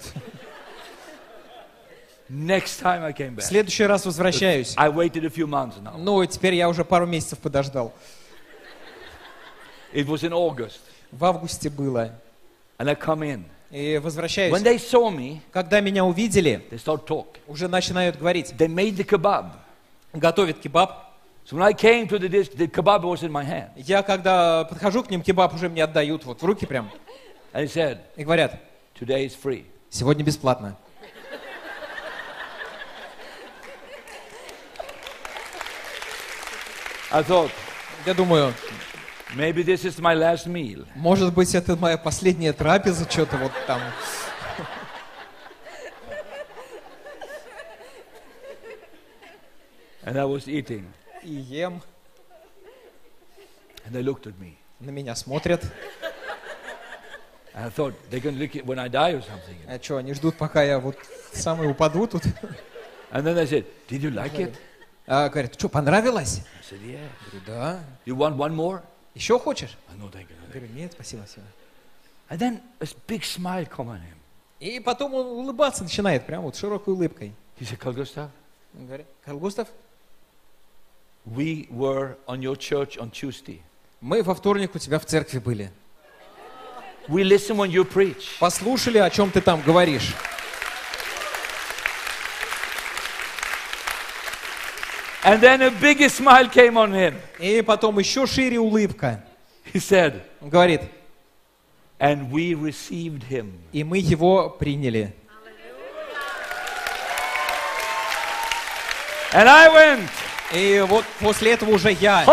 Speaker 1: Next time I came
Speaker 2: В
Speaker 1: back.
Speaker 2: следующий раз возвращаюсь.
Speaker 1: I waited a few months now.
Speaker 2: Ну, теперь я уже пару месяцев подождал.
Speaker 1: It was in August.
Speaker 2: В августе было.
Speaker 1: And I come in.
Speaker 2: И
Speaker 1: When
Speaker 2: возвращаюсь.
Speaker 1: they saw me,
Speaker 2: Когда меня увидели,
Speaker 1: they start talk.
Speaker 2: уже начинают говорить.
Speaker 1: They made the kebab.
Speaker 2: Готовят кебаб.
Speaker 1: So when I came to the dish, the kebab was in my hand.
Speaker 2: Я когда подхожу к ним, кебаб уже мне отдают, вот в руки прям.
Speaker 1: And he said,
Speaker 2: И говорят,
Speaker 1: today is free.
Speaker 2: сегодня бесплатно.
Speaker 1: I thought,
Speaker 2: Я думаю,
Speaker 1: maybe this is my last meal.
Speaker 2: может быть, это моя последняя трапеза, что-то вот там.
Speaker 1: And I was eating.
Speaker 2: И ем.
Speaker 1: And they looked at me.
Speaker 2: На меня смотрят.
Speaker 1: And I thought, they're going to look at when I die or something.
Speaker 2: А что, они ждут, пока я вот самый упаду тут?
Speaker 1: And then they said, did you like it?
Speaker 2: А, говорят, что, понравилось?
Speaker 1: I said, yeah.
Speaker 2: Говорю, да.
Speaker 1: You want one more?
Speaker 2: Еще хочешь?
Speaker 1: I no, thank you. no, thank you."
Speaker 2: Говорю, нет, спасибо, спасибо.
Speaker 1: And then a big smile come on him.
Speaker 2: И потом он улыбаться начинает, прям вот широкой улыбкой.
Speaker 1: He said, Carl Gustav,
Speaker 2: Он говорит, Карл Густав,
Speaker 1: we were on your church on Tuesday.
Speaker 2: мы во вторник у тебя в церкви были.
Speaker 1: We listen when you preach.
Speaker 2: Послушали, о чем ты там говоришь.
Speaker 1: And then a big smile came on him.
Speaker 2: И потом еще шире улыбка.
Speaker 1: He said,
Speaker 2: Он говорит,
Speaker 1: and we received him.
Speaker 2: и мы его приняли.
Speaker 1: And I went.
Speaker 2: И вот после этого уже я.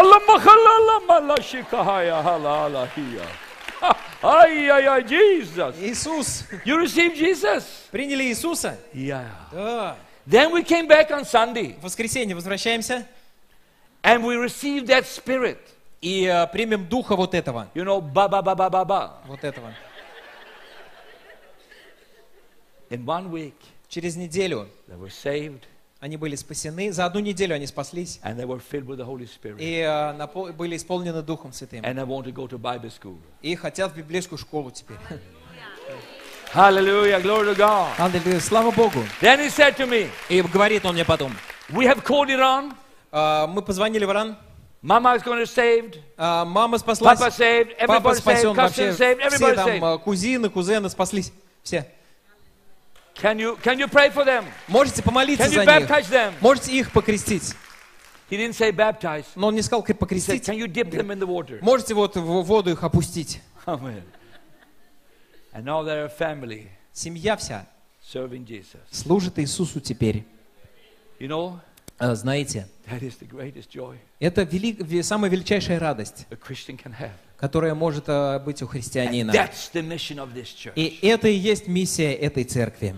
Speaker 1: Ay, ay, ay, Jesus.
Speaker 2: Иисус.
Speaker 1: You received Jesus?
Speaker 2: Приняли Иисуса?
Speaker 1: Yeah.
Speaker 2: Да.
Speaker 1: Then we came back on Sunday
Speaker 2: В воскресенье возвращаемся
Speaker 1: and we received that spirit.
Speaker 2: и э, примем духа вот этого.
Speaker 1: You know, ba ba ba ba ba ba.
Speaker 2: Вот этого.
Speaker 1: In one week,
Speaker 2: Через неделю
Speaker 1: they were saved
Speaker 2: они были спасены. За одну неделю они спаслись.
Speaker 1: and they were filled with the Holy Spirit.
Speaker 2: И э, напо- были исполнены Духом Святым.
Speaker 1: And they want to go to Bible school.
Speaker 2: И хотят в библейскую школу теперь.
Speaker 1: Hallelujah, glory to God.
Speaker 2: Аллилуйя, слава Богу.
Speaker 1: Then he said to me,
Speaker 2: И говорит он мне потом.
Speaker 1: We have called Iran.
Speaker 2: «А, мы позвонили в Иран.
Speaker 1: Mama is going to saved.
Speaker 2: А, мама спаслась.
Speaker 1: Papa saved.
Speaker 2: Папа
Speaker 1: Everybody
Speaker 2: спасен
Speaker 1: saved.
Speaker 2: вообще.
Speaker 1: Cousin saved.
Speaker 2: Все
Speaker 1: Everybody
Speaker 2: там
Speaker 1: saved.
Speaker 2: э, кузины, кузены спаслись. Все.
Speaker 1: Can you can you pray for them?
Speaker 2: Можете помолиться
Speaker 1: Can
Speaker 2: за
Speaker 1: you
Speaker 2: них.
Speaker 1: baptize them?
Speaker 2: Можете их покрестить.
Speaker 1: He didn't say baptize.
Speaker 2: Но он не сказал, как
Speaker 1: He said,
Speaker 2: покрестить.
Speaker 1: Can you dip them in the water?
Speaker 2: Можете вот в воду их опустить.
Speaker 1: Amen. And now they're a family
Speaker 2: Семья вся
Speaker 1: serving Jesus.
Speaker 2: служит Иисусу теперь.
Speaker 1: You know,
Speaker 2: А, Знаете,
Speaker 1: that is the greatest joy
Speaker 2: это вели- ве- самая величайшая радость,
Speaker 1: a Christian can have.
Speaker 2: которая может э, быть у христианина.
Speaker 1: That's the mission of this church.
Speaker 2: И это и есть миссия этой церкви.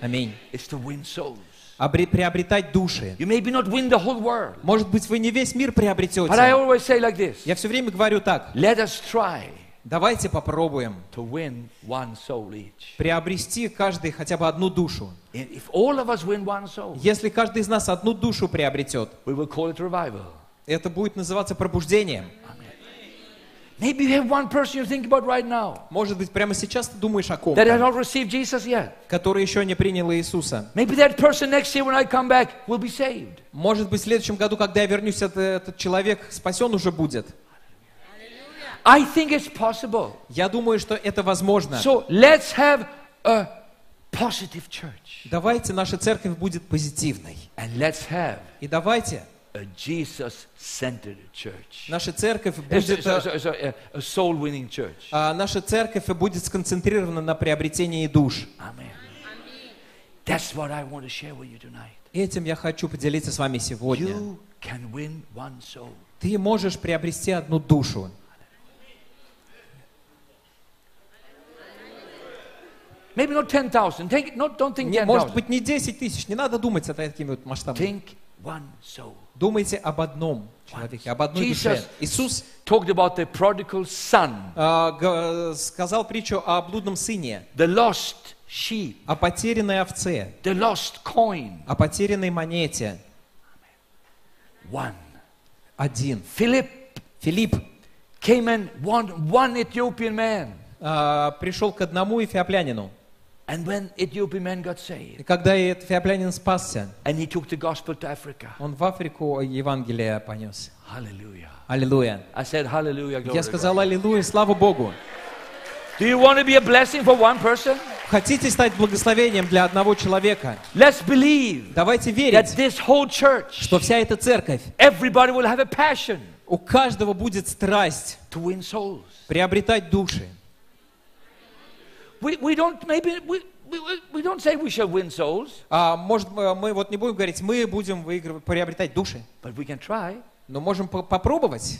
Speaker 2: Аминь.
Speaker 1: It's to win souls.
Speaker 2: Обре- приобретать души.
Speaker 1: You maybe not win the whole world,
Speaker 2: Может быть, вы не весь мир
Speaker 1: but I
Speaker 2: приобретете.
Speaker 1: always say like this
Speaker 2: Я все время говорю так.
Speaker 1: let us try
Speaker 2: Давайте попробуем
Speaker 1: to win one soul each.
Speaker 2: приобрести каждый хотя бы одну душу.
Speaker 1: And if all of us win one soul,
Speaker 2: Если каждый из нас одну душу приобретет,
Speaker 1: we will call it revival.
Speaker 2: это будет называться пробуждением.
Speaker 1: Maybe you have one person you think about right now
Speaker 2: Может быть, прямо сейчас ты думаешь о
Speaker 1: that has
Speaker 2: ком-то,
Speaker 1: not received Jesus yet.
Speaker 2: который еще не принял Иисуса.
Speaker 1: Maybe that person next year when I come back will be saved.
Speaker 2: Может быть, в следующем году, когда я вернусь, это- этот человек спасен уже будет.
Speaker 1: I think it's possible.
Speaker 2: Я думаю, что это возможно.
Speaker 1: So let's have a positive church.
Speaker 2: Давайте наша церковь будет позитивной.
Speaker 1: And let's have
Speaker 2: И давайте
Speaker 1: a Jesus centered church.
Speaker 2: наша церковь
Speaker 1: Uh, so-
Speaker 2: будет,
Speaker 1: so- so-
Speaker 2: э,
Speaker 1: so, uh, a soul winning church.
Speaker 2: а, наша церковь будет сконцентрирована на приобретении душ.
Speaker 1: Amen. That's what I want to share with you tonight.
Speaker 2: Этим я хочу поделиться с вами сегодня.
Speaker 1: You can win one soul.
Speaker 2: Ты можешь приобрести одну душу.
Speaker 1: Maybe not 10,000. Think, not, don't think
Speaker 2: Не- может
Speaker 1: 10,000.
Speaker 2: быть, не 10 тысяч, не надо думать о такими вот масштабами.
Speaker 1: Think one soul.
Speaker 2: Думайте об одном человеке, об одной
Speaker 1: Jesus.
Speaker 2: душе. Иисус
Speaker 1: Talked about the prodigal son,
Speaker 2: а, г- сказал притчу о блудном сыне,
Speaker 1: the lost sheep,
Speaker 2: о потерянной овце,
Speaker 1: the lost coin.
Speaker 2: о потерянной монете.
Speaker 1: One.
Speaker 2: Один.
Speaker 1: Philip
Speaker 2: Филипп
Speaker 1: came and won one Ethiopian man.
Speaker 2: а, пришел к одному эфиоплянину.
Speaker 1: And when Ethiopian man got
Speaker 2: И
Speaker 1: saved,
Speaker 2: когда этот эфиоплянин спасся,
Speaker 1: and he took the gospel to Africa.
Speaker 2: он в Африку Евангелие понес.
Speaker 1: Hallelujah.
Speaker 2: Аллилуйя.
Speaker 1: I said hallelujah. Glory
Speaker 2: Я
Speaker 1: to
Speaker 2: сказал аллилуйя, слава Богу.
Speaker 1: God. Do you want to be a blessing for one person?
Speaker 2: Хотите стать благословением для одного человека?
Speaker 1: Let's believe
Speaker 2: Давайте
Speaker 1: that
Speaker 2: верить,
Speaker 1: this whole church,
Speaker 2: что вся эта церковь,
Speaker 1: everybody will have a passion
Speaker 2: у каждого будет страсть
Speaker 1: to win souls.
Speaker 2: приобретать души.
Speaker 1: We, we don't maybe we, we, we- we don't say we shall win souls,
Speaker 2: А, может, мы мы вот не будем говорить, мы будем выигрывать, приобретать души,
Speaker 1: but we can try.
Speaker 2: но можем по- попробовать.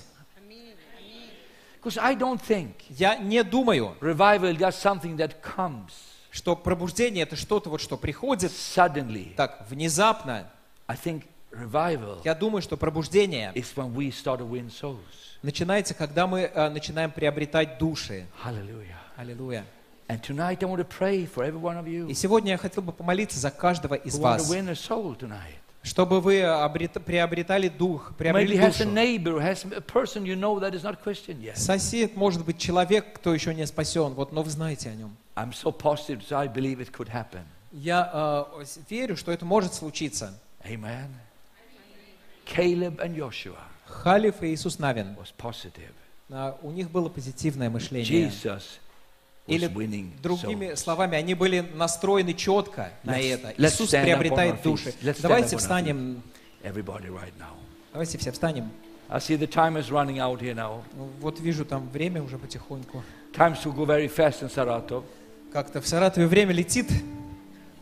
Speaker 1: Because I don't think
Speaker 2: Я не думаю,
Speaker 1: revival is just something that comes
Speaker 2: что пробуждение это что-то вот, что приходит
Speaker 1: suddenly.
Speaker 2: так внезапно.
Speaker 1: I think revival
Speaker 2: Я думаю, что пробуждение
Speaker 1: is when we start to win souls.
Speaker 2: начинается, когда мы э, начинаем приобретать души.
Speaker 1: Hallelujah.
Speaker 2: Аллилуйя.
Speaker 1: And tonight I want to pray for every one of you
Speaker 2: И сегодня я хотел бы помолиться за каждого из
Speaker 1: who want to
Speaker 2: вас,
Speaker 1: win a soul tonight.
Speaker 2: чтобы вы обрет- приобретали дух,
Speaker 1: Maybe
Speaker 2: приобрели
Speaker 1: has a
Speaker 2: душу.
Speaker 1: neighbor, has a person you know that is not Christian yet.
Speaker 2: Сосед может быть человек, кто еще не спасен, вот, но вы знаете о нем.
Speaker 1: I'm so positive, so I believe it could happen.
Speaker 2: Я э, с- верю, что это может случиться.
Speaker 1: Amen. Caleb and Joshua
Speaker 2: Халиф и Иисус Навин,
Speaker 1: was positive.
Speaker 2: а, у них было позитивное мышление.
Speaker 1: Jesus was
Speaker 2: Или
Speaker 1: winning
Speaker 2: другими
Speaker 1: souls.
Speaker 2: словами, они были настроены четко на
Speaker 1: Let's-
Speaker 2: это.
Speaker 1: let's stand
Speaker 2: Иисус
Speaker 1: up on our
Speaker 2: приобретает
Speaker 1: feet.
Speaker 2: души.
Speaker 1: Let's stand up on
Speaker 2: Давайте
Speaker 1: our
Speaker 2: встанем,
Speaker 1: Everybody right now.
Speaker 2: давайте все встанем.
Speaker 1: I see the time is running out here now.
Speaker 2: Вот вижу там время уже потихоньку.
Speaker 1: Times will go very fast in Saratov.
Speaker 2: Как-то в Саратове время летит.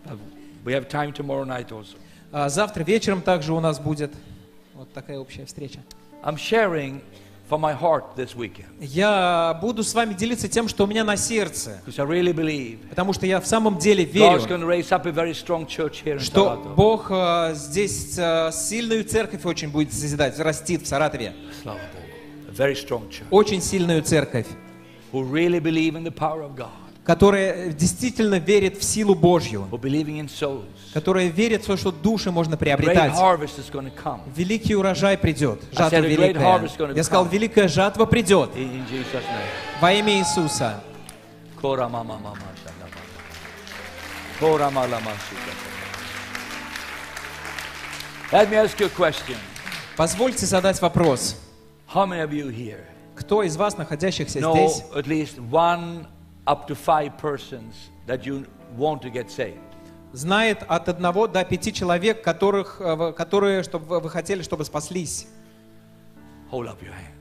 Speaker 1: Uh, We have time tomorrow night also.
Speaker 2: А завтра вечером также у нас будет вот такая общая встреча.
Speaker 1: I'm sharing from my heart this weekend
Speaker 2: Я буду с вами делиться тем, что у меня на сердце.
Speaker 1: because I really believe
Speaker 2: Потому что я в самом деле
Speaker 1: God's
Speaker 2: верю,
Speaker 1: going to raise up a very strong church here in
Speaker 2: что
Speaker 1: Saratov.
Speaker 2: Бог э, здесь э, сильную церковь очень будет созидать, растит в Саратове.
Speaker 1: Слава Богу. A very strong church
Speaker 2: Очень сильную церковь,
Speaker 1: who really believe in the power of God,
Speaker 2: которая действительно верит в силу Божью,
Speaker 1: who believing in souls.
Speaker 2: которая верит в то, что души можно
Speaker 1: Great
Speaker 2: приобретать.
Speaker 1: harvest is going to come
Speaker 2: Великий урожай придет,
Speaker 1: said
Speaker 2: жатва
Speaker 1: a great
Speaker 2: великая.
Speaker 1: harvest gonna
Speaker 2: Я сказал,
Speaker 1: come.
Speaker 2: великая жатва придет
Speaker 1: in, in Jesus' name.
Speaker 2: во имя Иисуса.
Speaker 1: Kora mama mama shana mama. Kora mala masuka. Let me ask you a question.
Speaker 2: Позвольте задать вопрос.
Speaker 1: How many of you here
Speaker 2: Кто из вас, находящихся
Speaker 1: know
Speaker 2: здесь,
Speaker 1: at least one up to five persons that you want to get saved?
Speaker 2: знает от одного до пяти человек, которых, э, вы- которые, чтобы вы хотели, чтобы спаслись?
Speaker 1: Hold up your hand.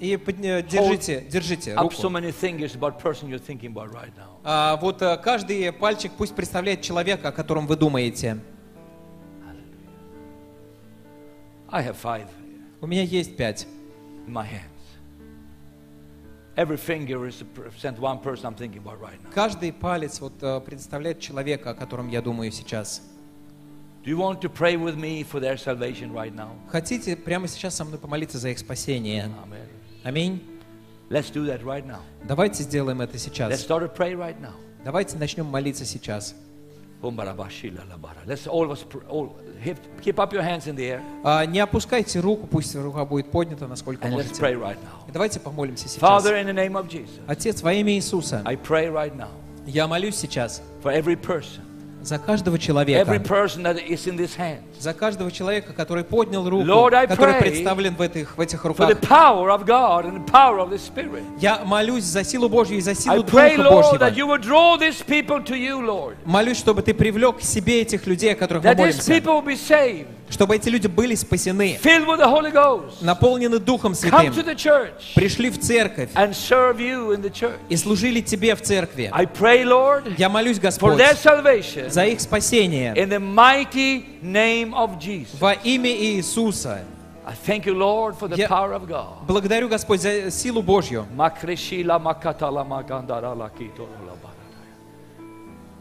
Speaker 2: И подня- держите, держите
Speaker 1: Up so
Speaker 2: руку.
Speaker 1: many fingers about person you're thinking about right now.
Speaker 2: А, вот э, каждый пальчик пусть представляет человека, о котором вы думаете.
Speaker 1: I have five
Speaker 2: У меня есть пять.
Speaker 1: in my hands. Every finger represents one person I'm thinking about right now.
Speaker 2: Каждый палец вот э, представляет человека, о котором я думаю сейчас.
Speaker 1: Do you want to pray with me for their salvation right now?
Speaker 2: Хотите прямо сейчас со мной помолиться за их спасение?
Speaker 1: Amen.
Speaker 2: Аминь.
Speaker 1: Let's do that right now.
Speaker 2: Давайте сделаем это
Speaker 1: Let's
Speaker 2: сейчас.
Speaker 1: start to pray right now.
Speaker 2: Давайте начнем молиться сейчас.
Speaker 1: Humbarabashilalabara. Let's all of us pr- all, hip- keep up your hands in the air
Speaker 2: А, не опускайте руку, пусть рука будет поднята, насколько
Speaker 1: and let's
Speaker 2: можете.
Speaker 1: pray right now.
Speaker 2: Давайте помолимся сейчас.
Speaker 1: Father, in the name of Jesus,
Speaker 2: Отец, во имя Иисуса,
Speaker 1: I pray right now
Speaker 2: я молюсь сейчас
Speaker 1: for every person
Speaker 2: за каждого
Speaker 1: every
Speaker 2: человека.
Speaker 1: person that is in these hands.
Speaker 2: За каждого человека, который поднял руку,
Speaker 1: Lord, I
Speaker 2: который
Speaker 1: pray
Speaker 2: представлен в этих, в этих
Speaker 1: For
Speaker 2: руках.
Speaker 1: the power of God and the power of the Spirit.
Speaker 2: Я молюсь за силу Божью и за
Speaker 1: I
Speaker 2: силу
Speaker 1: pray,
Speaker 2: Духа
Speaker 1: Lord, that
Speaker 2: Божьего.
Speaker 1: you would draw these people to you, Lord.
Speaker 2: Молюсь, чтобы ты привлек к себе этих людей, о которых мы
Speaker 1: That these
Speaker 2: молимся.
Speaker 1: people will be saved,
Speaker 2: Чтобы эти люди были спасены,
Speaker 1: filled with the Holy Ghost,
Speaker 2: наполнены Духом
Speaker 1: come to
Speaker 2: Святым,
Speaker 1: the church
Speaker 2: пришли в церковь
Speaker 1: and serve you in the church.
Speaker 2: и служили тебе в церкви.
Speaker 1: I pray, Lord,
Speaker 2: Я молюсь,
Speaker 1: for
Speaker 2: Господь,
Speaker 1: their salvation
Speaker 2: за их спасение
Speaker 1: in the mighty name of Jesus.
Speaker 2: во имя Иисуса.
Speaker 1: I thank you, Lord, for the
Speaker 2: Yeah.
Speaker 1: power of God.
Speaker 2: Благодарю, Господь, за силу Божью.
Speaker 1: Makreshila makatala magandara lakitorola baradaya.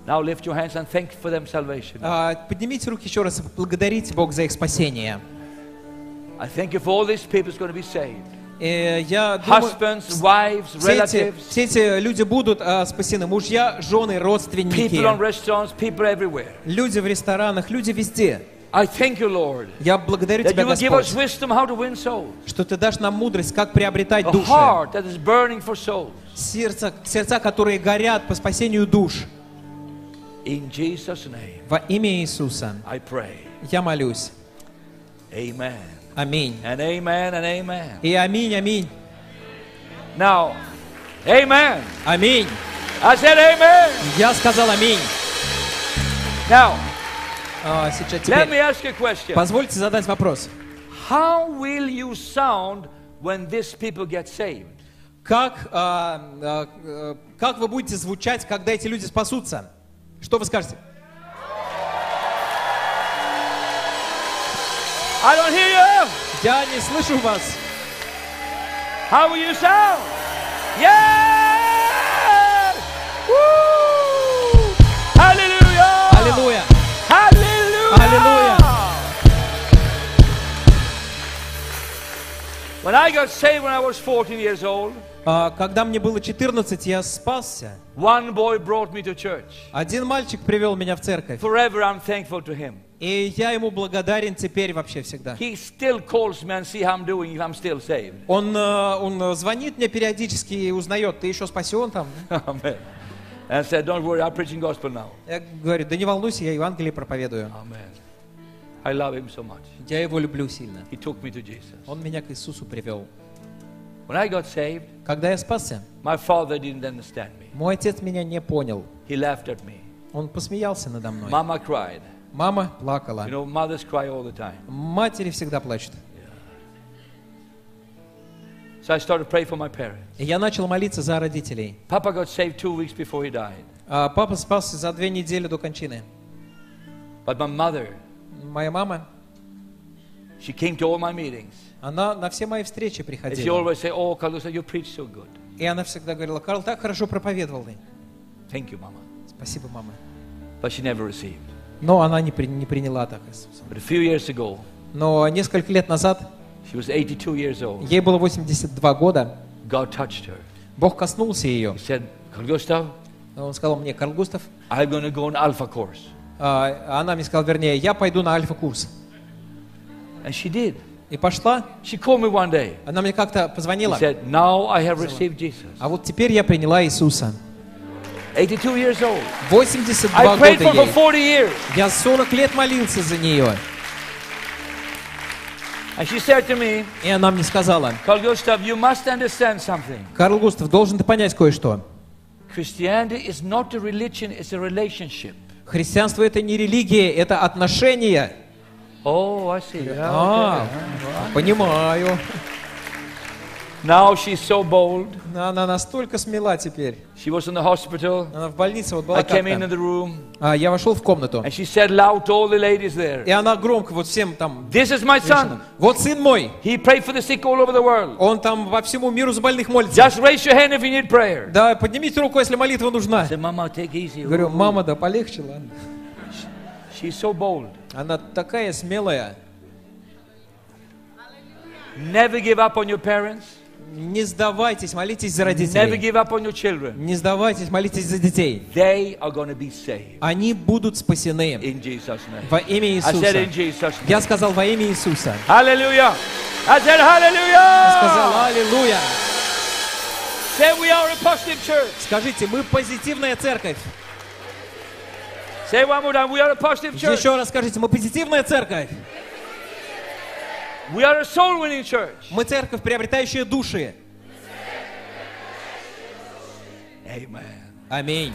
Speaker 1: Now lift your hands and thank for them salvation.
Speaker 2: А, Поднимите руки еще раз и поблагодарите Бог за их спасение.
Speaker 1: I thank you for all these people is going to be saved.
Speaker 2: Э, Я думаю,
Speaker 1: Husbands, wives,
Speaker 2: все эти,
Speaker 1: relatives,
Speaker 2: все эти люди будут а, спасены. Мужья, жены,
Speaker 1: people on
Speaker 2: родственники,
Speaker 1: restaurants, people everywhere.
Speaker 2: люди в ресторанах, люди везде.
Speaker 1: I thank you, Lord,
Speaker 2: Я благодарю
Speaker 1: that
Speaker 2: Тебя,
Speaker 1: you will give us
Speaker 2: Господь,
Speaker 1: wisdom how to win souls.
Speaker 2: что Ты дашь нам мудрость, как приобретать
Speaker 1: A
Speaker 2: души.
Speaker 1: heart that is burning for souls.
Speaker 2: Сердца, сердца, которые горят по спасению душ.
Speaker 1: In Jesus' name,
Speaker 2: Во имя Иисуса
Speaker 1: I pray.
Speaker 2: я молюсь.
Speaker 1: Amen.
Speaker 2: Аминь.
Speaker 1: And amen and amen.
Speaker 2: И аминь, аминь,
Speaker 1: Now, amen.
Speaker 2: аминь.
Speaker 1: I said amen.
Speaker 2: Я сказал аминь.
Speaker 1: Now,
Speaker 2: А, сейчас
Speaker 1: let
Speaker 2: теперь.
Speaker 1: me ask you a question.
Speaker 2: Позвольте задать вопрос.
Speaker 1: How will you sound when these people get saved?
Speaker 2: Как, а, а, э, как вы будете звучать, когда эти люди спасутся? Что вы скажете?
Speaker 1: I don't hear you.
Speaker 2: Я не слышу вас.
Speaker 1: How will you sound? Yeah! Woo! Hallelujah!
Speaker 2: Аллилуйя.
Speaker 1: Hallelujah! When I got saved when I was 14 years old,
Speaker 2: А, когда мне было 14, я спасся.
Speaker 1: one boy brought me to church.
Speaker 2: Один мальчик привел меня в церковь.
Speaker 1: Forever I'm thankful to him.
Speaker 2: И я ему благодарен теперь вообще всегда.
Speaker 1: He still calls me and see how I'm doing if I'm still saved.
Speaker 2: Он, э, он э, звонит мне периодически и узнает, ты еще спасен там?
Speaker 1: Amen. And said, don't worry, I'm preaching gospel now.
Speaker 2: Я говорю, да не волнуйся, я Евангелие проповедую.
Speaker 1: Amen. I love him so much.
Speaker 2: Я его люблю сильно.
Speaker 1: He took me to Jesus.
Speaker 2: Он меня к Иисусу привел.
Speaker 1: When I got saved,
Speaker 2: Когда я спасся,
Speaker 1: my father didn't understand me.
Speaker 2: мой отец меня не понял.
Speaker 1: He laughed at me.
Speaker 2: Он посмеялся надо мной.
Speaker 1: Mama cried.
Speaker 2: Мама плакала.
Speaker 1: You know, mothers cry all the time.
Speaker 2: Матери всегда плачут.
Speaker 1: So I started to pray for my parents.
Speaker 2: И я начал молиться за родителей.
Speaker 1: Papa got saved two weeks before he died.
Speaker 2: А папа спасся за две недели до кончины.
Speaker 1: But my mother,
Speaker 2: Моя мама,
Speaker 1: she came to all my meetings.
Speaker 2: она на все мои встречи
Speaker 1: And she
Speaker 2: приходила.
Speaker 1: always said, Oh, Carlos, you preach so good.
Speaker 2: И она всегда говорила, Карл, так хорошо проповедовал ты.
Speaker 1: Thank you, Mama.
Speaker 2: Спасибо, мама.
Speaker 1: But she never received.
Speaker 2: Но она не, при- не приняла так Иисуса.
Speaker 1: But a few years ago,
Speaker 2: Но несколько лет назад,
Speaker 1: she was 82 years old.
Speaker 2: ей было 82 года,
Speaker 1: God touched her.
Speaker 2: Бог коснулся ее.
Speaker 1: He said, Carl Gustav,
Speaker 2: Он сказал мне, Карл Густав,
Speaker 1: I'm going to go on Alpha course.
Speaker 2: а, она мне сказала, вернее, я пойду на альфа-курс.
Speaker 1: And she did.
Speaker 2: И пошла,
Speaker 1: She called me one day.
Speaker 2: она мне как-то
Speaker 1: She
Speaker 2: позвонила,
Speaker 1: said, Now I have received Jesus.
Speaker 2: а вот теперь я приняла Иисуса.
Speaker 1: 82 years old.
Speaker 2: 82
Speaker 1: I prayed for
Speaker 2: года
Speaker 1: her for
Speaker 2: ей.
Speaker 1: 40 years.
Speaker 2: Я 40 лет молился за нее.
Speaker 1: And she said to me,
Speaker 2: И она мне сказала,
Speaker 1: Carl Gustav, you must understand something.
Speaker 2: Карл Густав, должен ты понять кое-что.
Speaker 1: Christianity is not a religion, it's a relationship.
Speaker 2: Христианство это не религия, это отношения.
Speaker 1: Oh, I see. Ah.
Speaker 2: А, понимаю.
Speaker 1: Now she's so bold.
Speaker 2: Она настолько смела теперь.
Speaker 1: She was in the hospital.
Speaker 2: Она в больнице вот была
Speaker 1: I came in
Speaker 2: как-то.
Speaker 1: in the room
Speaker 2: А, я вошел в комнату.
Speaker 1: and she said loud to all the ladies there,
Speaker 2: И она громко вот всем там...
Speaker 1: This is my son.
Speaker 2: Вот сын мой,
Speaker 1: He prayed for the sick all over the world.
Speaker 2: он там во всему миру за больных молится.
Speaker 1: Just raise your hand if you need prayer.
Speaker 2: Да, поднимите руку, если молитва нужна.
Speaker 1: I said, Mama, take easy.
Speaker 2: Говорю, мама, да полегче, ладно.
Speaker 1: She's so bold.
Speaker 2: Она такая смелая.
Speaker 1: Never give up on your parents.
Speaker 2: Не сдавайтесь, молитесь за
Speaker 1: Never
Speaker 2: родителей.
Speaker 1: give up on your children.
Speaker 2: Не сдавайтесь, молитесь за детей.
Speaker 1: They are going to be saved
Speaker 2: Они будут спасены
Speaker 1: in Jesus' name.
Speaker 2: во имя
Speaker 1: I said in
Speaker 2: Иисуса.
Speaker 1: Jesus' name.
Speaker 2: Я сказал во имя Иисуса.
Speaker 1: Hallelujah. I said
Speaker 2: Сказал
Speaker 1: hallelujah.
Speaker 2: Аллилуйя.
Speaker 1: Say we are a positive church.
Speaker 2: Скажите, мы позитивная церковь.
Speaker 1: Say one more time. We are a positive church.
Speaker 2: Еще раз скажите, мы позитивная церковь.
Speaker 1: We are a soul winning church.
Speaker 2: Мы церковь, приобретающая души.
Speaker 1: Amen.
Speaker 2: Аминь.